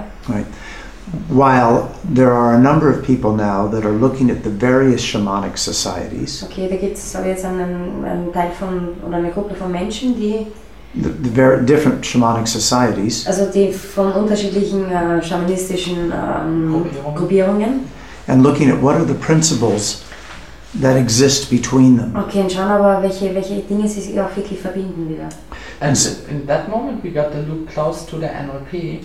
While there are a number of people now that are looking at the various shamanic societies,
Okay, da gibt es aber jetzt einen, einen Teil von, oder eine Gruppe von Menschen, die,
the, the very different shamanic societies,
also die von unterschiedlichen äh, schamanistischen ähm,
Gruppierungen.
Gruppierungen,
and looking at what are the principles that exist between them.
Okay, und schauen aber, welche, welche Dinge sie auch wirklich verbinden wieder.
And
Yes.
in that moment, we got the loop close to the NLP.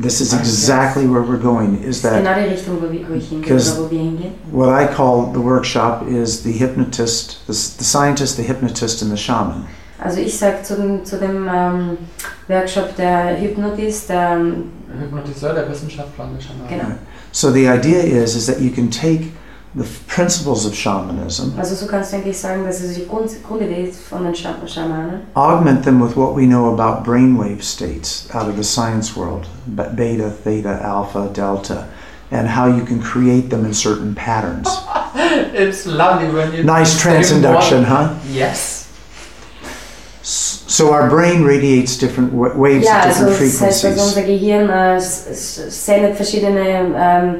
This is
I guess.
exactly where we're going is
Das ist
that
genau die Richtung, wo wir, wo ich hingehe,
Because-
oder wo wir hingehen.
what I call the workshop is the hypnotist, the, s- the scientist, the hypnotist, and the shaman.
Also ich sage zu, dem- zu dem ähm, Workshop der Hypnotist, ähm,
Hypnotiseur, der Wissenschaftler und der Schaman.
Genau.
So the idea is is that you can take the f- principles of shamanism,
also so kannst du eigentlich sagen, dass es die Grund, Grundidee von den Scha- Schamanen,
augment them with what we know about brainwave states out of the science world, but beta, theta, alpha, delta, and how you can create them in certain patterns.
It's lovely when you.
Nice transinduction, huh?
Yes.
S- So our brain radiates different wa- waves
Ja,
at
also
different
das heißt, dass
frequencies.
unser Gehirn äh, s- s- sendet verschiedene ähm,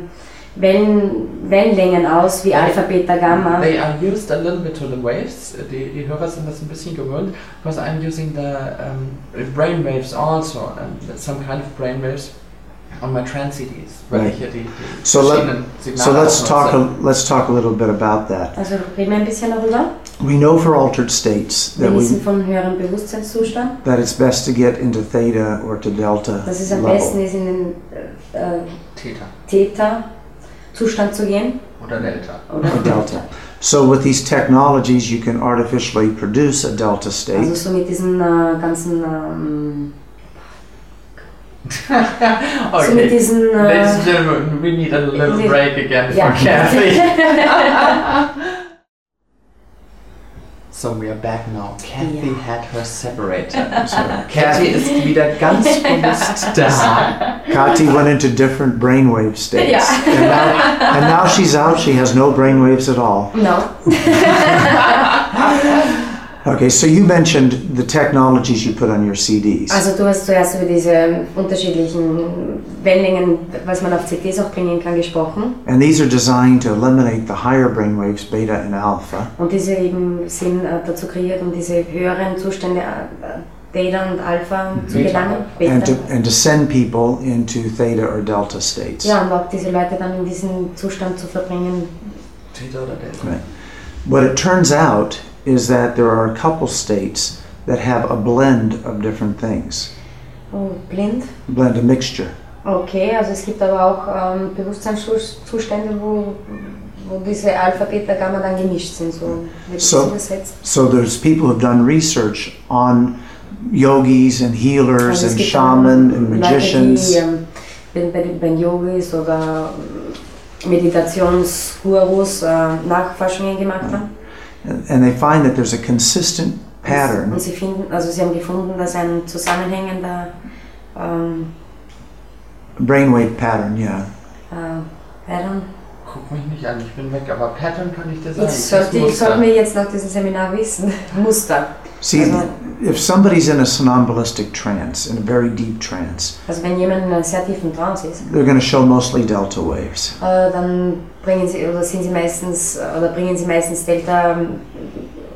Wellen, Wellenlängen aus, wie Alpha, Beta, Gamma.
They are used a little bit to the waves. Die, die Hörer sind das ein bisschen gewöhnt. Because I'm using the um, brain waves also. um, some kind of brain waves on my trance CDs. Weil
Right.
ich hier die, die
So let-
verschiedenen Signale
So let's talk a,
benutze.
let's talk a little bit about that.
Also reden wir ein bisschen darüber.
We know for altered states that
Wir
we
wissen von höherem Bewusstseinszustand,
that it's best to get into theta or to delta
dass es am besten
level.
ist, in den äh, äh,
Theta
Theta-Zustand zu gehen.
oder Delta.
Oder
Or delta. So with these technologies, you can artificially produce a delta
Also
state.
so mit diesen äh, ganzen... Ähm, So mit
Okay.
diesen...
Ladies and
Äh,
gentlemen, we need a little
Ladies-
break again
Ja.
for Kathy. so we are back now. Kathy
Ja.
had her separated.
So
Kathy ist wieder ganz bewusst da.
Kati went into different brainwave states.
Yeah.
And, now, and now she's out. She has no brainwaves at all.
no.
Okay, so you mentioned the technologies you put on your CDs.
Also du hast zuerst über diese unterschiedlichen Wellenlängen, was man auf CDs auch bringen kann, gesprochen.
And these are designed to eliminate the higher brainwaves, beta and alpha,
Und diese eben sind äh, dazu kreiert, um diese höheren Zustände, äh, äh, Theta und Alpha zu
Beta.
gelangen.
and to,
Beta.
and to send people into theta or delta states.
Ja, und auch diese Leute dann in diesen Zustand zu verbringen.
Theta oder Delta?
What it turns out is that there are a couple states that have a blend of different things,
Oh, blind.
blend a mixture.
Okay, also es gibt aber auch ähm, Bewusstseinszustände, wo, wo diese Alpha, Beta, Gamma dann gemischt sind, so wird es
So.
übersetzt.
So there's people who've done research on yogis and healers
Also es
and
gibt
shaman and
Leute,
magicians.
die ähm, bei, bei, bei Yogis oder ähm, Meditationsgurus äh, Nachforschungen gemacht haben.
And and they find that there's a consistent
Und
pattern
sie finden, also sie haben gefunden, dass ein zusammenhängender ähm,
brainwave pattern, yeah.
äh, Pattern.
Guck mich nicht an, ich bin weg, aber Pattern kann ich dir sagen.
Ich sollte, ich sollte mir jetzt nach diesem Seminar wissen. Muster.
See,
Also-
if somebody's in a somnambulistic trance, in a very deep trance,
Also wenn jemand in einer sehr tiefen Trance ist,
they're going to show mostly delta waves.
äh, dann bringen sie oder sind sie meistens äh, oder bringen sie meistens Delta ähm,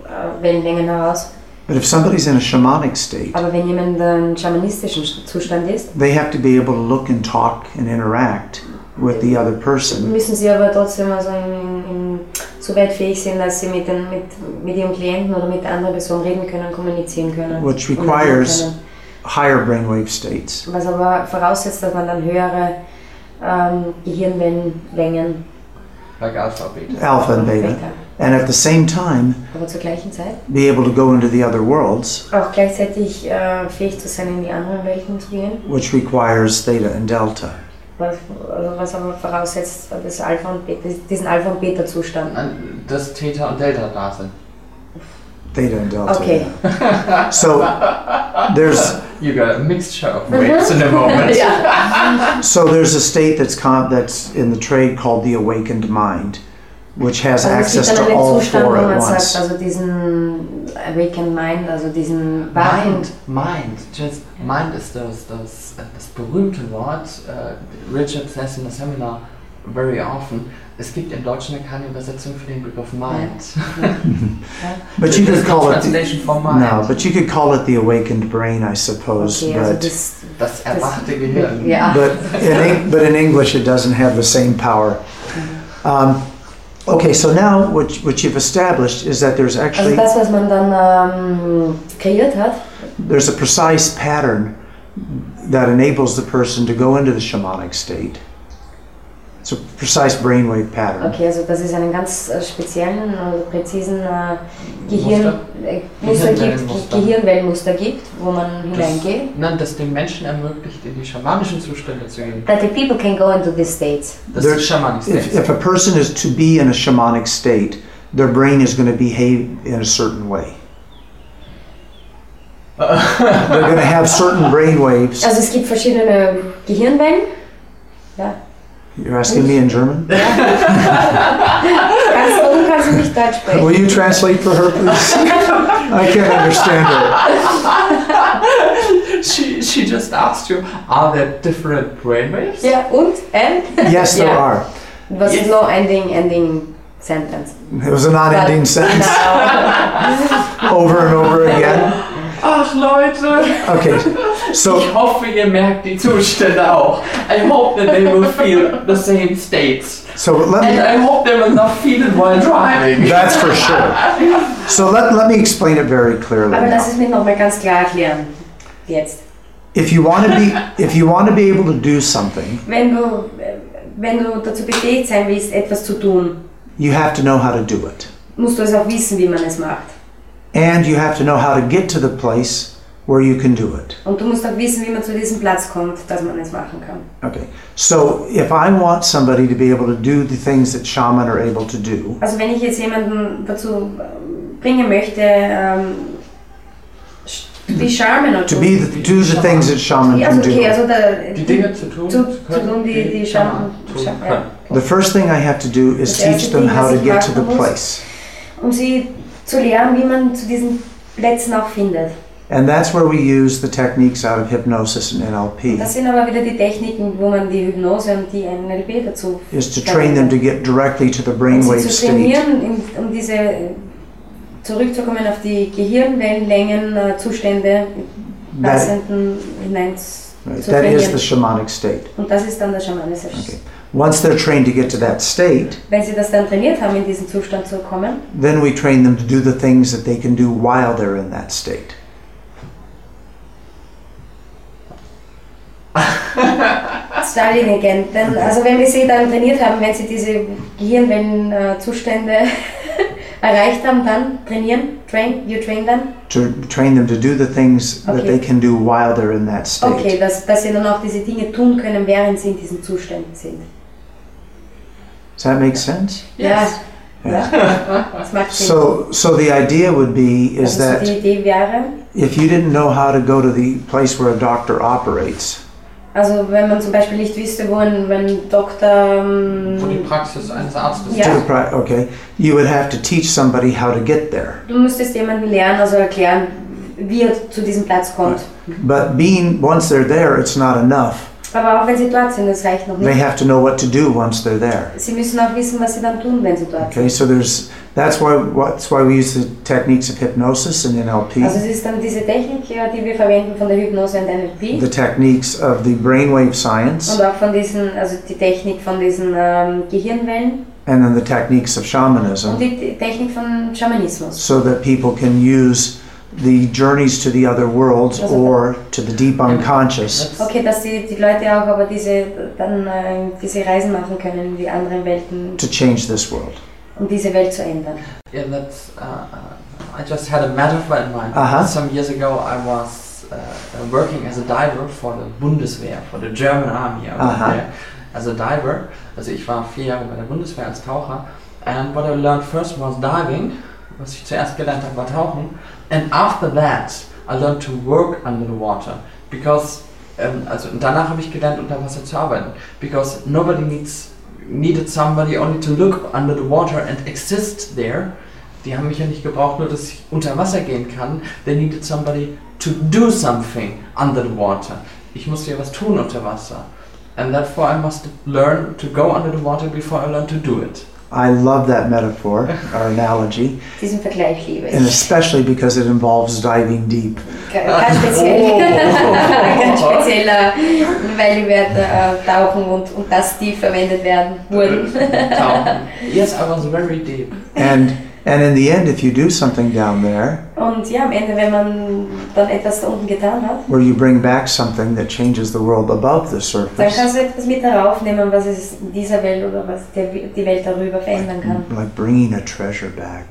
äh, Wellenlängen heraus.
But if somebody's in a shamanic state,
Aber wenn jemand in einem schamanistischen Zustand ist,
they have to be able to look and talk and interact with the other person.
müssen sie aber trotzdem also in, in, so weit fähig sein, dass sie mit, den, mit, mit ihrem Klienten oder mit der anderen Person reden können, kommunizieren können.
Which
und handeln
requires-
können.
Higher brainwave states.
Was aber voraussetzt, dass man dann höhere ähm, Gehirnwellenlängen
Like Alpha, Beta.
Alpha and beta. And at the same time,
Aber zur gleichen Zeit
be able to go into the other worlds,
auch gleichzeitig äh, fähig zu sein, in die anderen Welten zu gehen.
which requires theta and delta.
Was, also was aber voraussetzt, das Alpha und Beta, diesen Alpha und Beta Zustand.
Und Dass Theta und Delta da sind.
Theta and delta.
Okay.
yeah. So there's
You got a mixture
Mhm.
of waves in a moment.
so there's a state that's con- that's in the trade called the awakened mind, which has
Also es
access
gibt dann
to
einen
all
Zustand, wo
four at
man
once.
sagt, also diesen Awakened Mind, also diesen wachen
Mind, Mind, just Mind ist das, das, das berühmte Wort. äh, Richard says in the seminar very often. Es gibt im Deutschen keine Übersetzung für den Begriff Mind.
But you
There's
could
no
call it the,
translation for mind.
no, but you could call it the awakened brain, I suppose.
Okay, also
but
das,
Das erwachte Gehirn.
ja,
but in, Eng- but in English, it doesn't have the same power. Um, okay, so now what, what you've established is that there's
Also
actually
das, was man dann ähm, kreiert hat,
there's a precise pattern that enables the person to go into the shamanic state. It's a precise brainwave pattern.
okay, also das ist einen ganz äh, speziellen oder präzisen äh, Gehirn, äh, Muster gibt,
Gehirnwellenmuster.
Gehirnwellenmuster gibt, wo man hineingeht.
Nein, das den Menschen ermöglicht, in die schamanischen Zustände zu gehen.
That the people can go into these states.
Das
There-
ist schamanisch.
If, if a person is to be in a shamanic state, their brain is going to behave in a certain way. They're going to have certain brain waves.
Also es gibt verschiedene Gehirnwellen.
You're asking me in German?
Kannst du, du kannst nicht Deutsch sprechen.
Will you translate for her, please? I can't understand her.
she, she just asked you, are there different brainwaves?
Ja, und? And?
Yes, there
Yeah.
are.
Was
Yes.
ist no ending, ending sentence? Genau.
It was a non ending sentence over and over again.
Ach Leute,
Okay, so
ich hoffe, ihr merkt die Zustände auch. I hope that they will feel the same states.
so let
And
me.
I hope they will not feel it while driving.
That's for sure. So let, let me explain it very clearly.
Aber
now.
das ist mir nochmal ganz klar erklären. Jetzt.
If you want to be, if you want to be able to do something,
Wenn du, äh, wenn du dazu befähigt sein willst, etwas zu tun,
you have to know how to do it,
musst du es auch wissen, wie man es macht.
and you have to know how to get to the place where you can do it.
Und du musst auch wissen, wie man zu diesem Platz kommt, dass man es machen kann.
Okay. So if I want somebody to be able to do the things that shaman are able to do,
Also wenn ich jetzt jemanden dazu ähm, bringen möchte, ähm, sch- die Charmen und
to be the, do the things that shaman
Ja, also
can
okay,
do,
also da,
Die Dinge zu tun,
Zu- zu tun, die- die Schaman-
tun
Schaman-
können.
the first thing I have to do is
Das erste
teach them
Ding,
how
was
to
ich
get to the
machen muss.
place,
um sie zu lernen, wie man zu diesen Plätzen auch findet.
and that's where we use the techniques out of hypnosis and
Das
NLP,
sind aber wieder die Techniken, wo man die Hypnose und die NLP dazu
is to train them to get directly to the
um
brainwave
sie zu
state.
trainieren, in- um diese zurückzukommen auf die Gehirnwellenlängen, äh, Zustände,
That,
passenden hinein zu zu
that is the
trainieren.
shamanic state.
Und das ist dann der schamanische Sch-
Okay. Once they're trained to get to that state,
Wenn sie das dann trainiert haben, in diesen Zustand zu kommen,
then we train them to do the things that they can do while they're in that state.
Starting again. Dann, Also wenn wir sie dann trainiert haben, wenn sie diese Gehirnwellenzustände erreicht haben, dann trainieren, train, you train them.
To train them to do the things that
Okay.
they can do while they're in that state.
Okay, dass, dass sie dann auch diese Dinge tun können, während sie in diesen Zuständen sind.
Does that make sense?
Yes.
Das macht Sinn.
So, so the idea would be is
also
that
die Idee wäre,
if you didn't know how to go to the place where a doctor operates,
also wenn man zum Beispiel nicht wüsste, wo ein, wenn ein Doktor
Wo die
ähm,
Praxis eines Arztes
Ja.
to the pri- okay, you would have to teach somebody how to get there.
Du müsstest jemanden lernen, also erklären, wie er zu diesem Platz kommt.
But being once they're there, it's not enough.
Aber auch wenn sie dort sind, das reicht noch
They
nicht.
have to know what to do once they're there.
Sie müssen auch wissen, was sie dann tun, wenn sie dort sind.
Okay, so there's that's why that's why we use the techniques of hypnosis and
Also
NLP,
es ist dann diese Technik, ja, die wir verwenden von der Hypnose und NLP
the techniques of the brainwave science,
und auch von diesen, also die Technik von diesen ähm, Gehirnwellen
and then the techniques of
und
shamanism,
die Te- Technik von Schamanismus.
so that people can use the journeys to the other worlds or to the deep unconscious
Let's-
Okay, dass die, die Leute auch aber diese, dann äh, diese Reisen machen können in die anderen Welten,
to change this world.
um diese Welt zu ändern.
Yeah, that's. Uh, uh, I just had a metaphor in mind.
Uh-huh.
Some years ago, I was uh, uh, working as a diver for the Bundeswehr, for the German Army. I was
Aha.
there as a diver. Also, ich war vier Jahre bei der Bundeswehr als Taucher. And what I learned first was diving. Was ich zuerst gelernt habe, war Tauchen. And after that, I learned to work under the water. Because, ähm, also, und danach habe ich gelernt, unter Wasser zu arbeiten. Because nobody needs, needed somebody only to look under the water and exist there. Die haben mich ja nicht gebraucht, nur dass ich unter Wasser gehen kann. They needed somebody to do something under the water. Ich musste ja was tun unter Wasser. And therefore I must learn to go under the water before I learn to do it.
I love that metaphor or analogy,
Diesen Vergleich liebe
and
ich.
especially because it involves diving deep.
Ganz speziell. Ganz spezieller, weil wir äh, tauchen und, und das die verwendet werden wurden.
Down. Yes, I was very deep.
And and in the end, if you do something down there
Und ja, am Ende, wenn man dann etwas da unten getan hat,
where you bring back something that changes the world above the
dann
surface,
kannst du etwas mit heraufnehmen, was es in dieser Welt oder was der, die Welt darüber verändern kann.
like bringing a treasure back,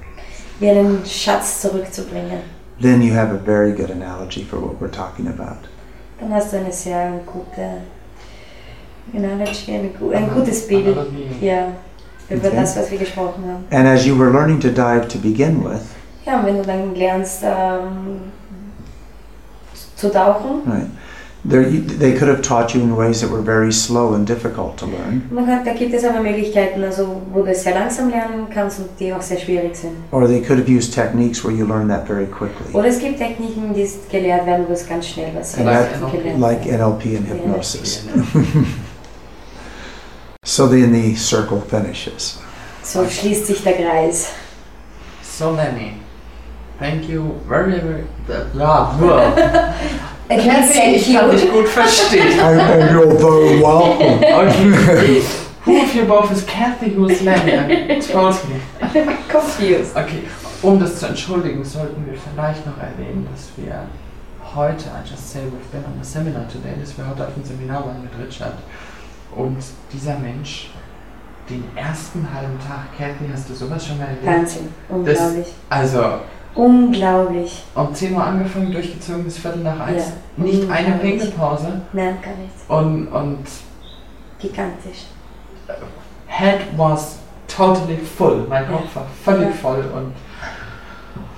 Wie einen Schatz zurückzubringen.
then you have a very good analogy for what we're talking about.
Dann hast du eine sehr gute Analogy, eine, gu- ein gutes Bild. Ja, über
Okay.
das, was wir gesprochen haben.
And as you were learning to dive to begin with,
Ja, und wenn du dann lernst ähm, zu tauchen,
right, there, you, they could have taught you in ways that were very slow and difficult to learn,
man kann, da gibt es aber Möglichkeiten, also wo du sehr langsam lernen kannst und die auch sehr schwierig sind.
or they could have used techniques where you learn that very quickly,
Oder es gibt Techniken, die es gelehrt werden, wo es ganz schnell was
Like NLP.
gelernt
like
wird.
NLP and hypnosis. So then the circle finishes.
So schließt sich der Kreis.
So Lenny, thank you very very. Ja, nur.
Ich kann
Ich kann dich gut verstehen.
and, and you're very welcome.
Okay. Who of you both is Kathy, who is Lenny? And Told me.
confused.
Okay, um das zu entschuldigen, sollten wir vielleicht noch erwähnen, dass wir heute, I just say we've been on a seminar today, dass wir heute auf dem Seminar waren mit Richard und dieser Mensch den ersten halben Tag Kathy, hast du sowas schon mal erlebt?
Wahnsinn. Unglaublich.
Also,
Unglaublich.
um 10 Uhr angefangen, durchgezogen bis Viertel nach
Ja.
1, nicht eine
Unglaublich.
Pinkelpause
Nein, gar nichts.
und, und
Gigantisch.
head was totally full, mein Kopf war völlig voll und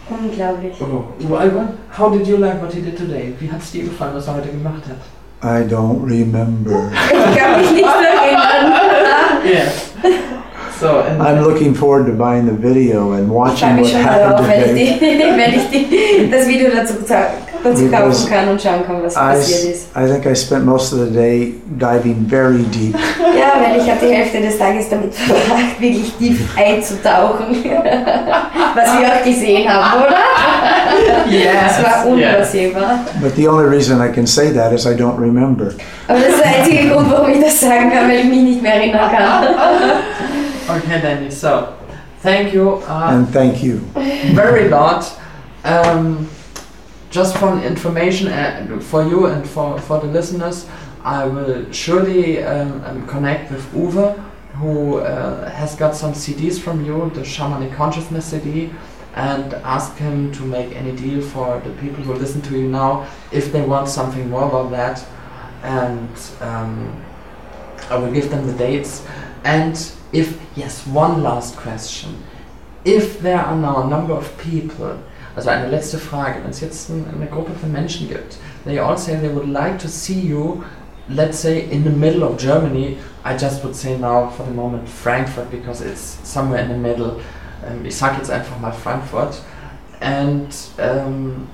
Unglaublich.
Oh, Ivan, how did you like what he did today? Wie hat's dir gefallen, was er heute gemacht hat?
I don't remember.
Ich kann mich nicht erinnern.
Yeah. So, and
I'm looking forward to buying the video and
Ich
watching
freue
what
mich schon darauf,
happened
wenn
today.
ich, die, wenn ich die, das Video dazu, dazu kaufen kann und schauen kann, was
I,
passiert ist.
s- I think I spent most of the day diving very deep.
Ja, weil ich habe die Hälfte des Tages damit verbracht, wirklich tief einzutauchen. Was wir auch gesehen haben, oder?
yes,
Das war
yes.
unübersehbar.
But the only reason I can say that is I don't remember.
Aber das ist der einzige Grund, warum ich das sagen kann, weil ich mich nicht mehr erinnern kann.
Okay, Danny, so, thank you uh,
And thank you.
very lot. Um, just for information uh, for you and for, for the listeners, I will surely um, um, connect with Uwe, who uh, has got some CDs from you, the Shamanic Consciousness CD, and ask him to make any deal for the people who listen to you now if they want something more about that. And um, I will give them the dates. And if, yes, one last question. If there are now a number of people, also eine letzte Frage, wenn es jetzt ein, eine Gruppe von Menschen gibt, they all say they would like to see you, let's say in the middle of Germany, I just would say now for the moment Frankfurt, because it's somewhere in the middle, ähm, ich sag jetzt einfach mal Frankfurt, and ähm,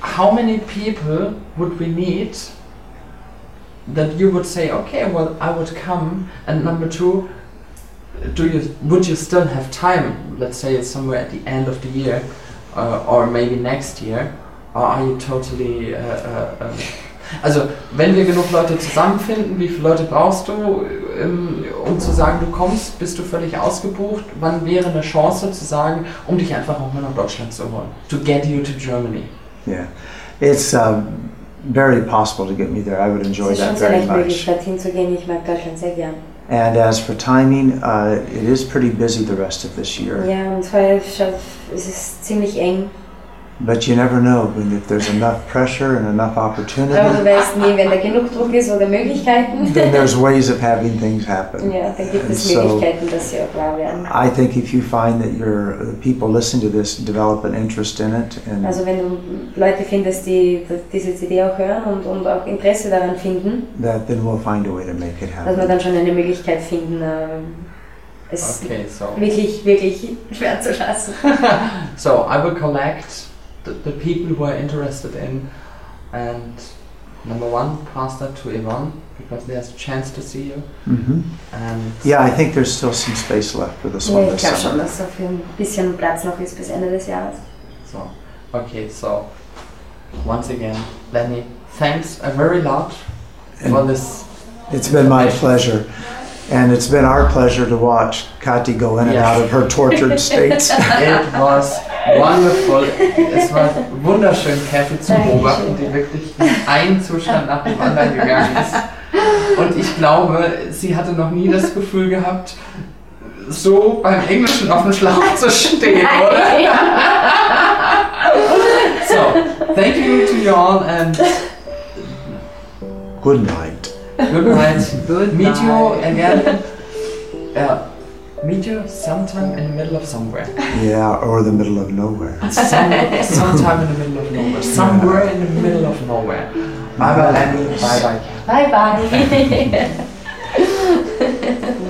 how many people would we need that you would say, okay, well, I would come, and number two, do you would you still have time? Let's say it's somewhere at the end of the year, uh, or maybe next year, or are you totally? Uh, uh, um, also, wenn wir genug Leute zusammenfinden, wie viele Leute brauchst du, ähm, um zu sagen, du kommst, bist du völlig ausgebucht? Wann wäre eine Chance zu sagen, um dich einfach auch mal nach Deutschland zu holen? To get you to Germany.
Yeah. It's um, very possible to get me there. I would
Es
enjoy
ist schon
that
so
very
leicht
much.
möglich, dorthin zu gehen. Ich mag Deutschland sehr gern.
And as for timing, uh, it is pretty busy the rest of this year.
Ja, und vorher schon- es ist ziemlich eng.
But you never know when, if there's enough pressure and enough
Aber du
opportunity,
weißt nie, wenn da genug Druck ist oder Möglichkeiten,
then there's ways of having things happen.
ja, dann gibt es
Mhm. So-
Möglichkeiten, dass sie auch wahr werden.
I think if you find that your the people listen to this develop an interest in it and
Also wenn du Leute findest, die das- diese CD auch hören und, und auch Interesse daran finden,
that, then we'll find a way to make it
dass wir
happen.
dann schon eine Möglichkeit finden, ähm, es
Okay, so
wirklich, wirklich schwer zu lassen.
so I will collect the, the people who are interested in, and Number one, pass that to Yvonne because there's a chance to see you.
Mhm.
And
Yeah, I think there's still some space left for this one
Ja, ich
this
glaube schon,
summer.
dass so viel ein bisschen Platz noch ist bis Ende des Jahres.
so, okay, so once again, Lenny, thanks a very lot for
And
this.
it's been my pleasure. And it's been our pleasure to watch Kati go in and
Yeah.
out of her tortured states.
It was wonderful. Es war wunderschön, Kathy zu
Dankeschön.
beobachten, die wirklich in einen Zustand nach dem anderen gegangen ist. Und ich glaube, sie hatte noch nie das Gefühl gehabt, so beim Englischen auf dem Schlauch zu stehen, oder? So, thank you to you all and
Good night.
good night.
Good
Meet you
night.
again. Yeah. Meet you sometime in the middle of somewhere.
Yeah, or the middle of nowhere.
Some, sometime in the middle of nowhere. Somewhere in the middle of nowhere. Bye bye, Lenny. Bye bye.
Bye, bye.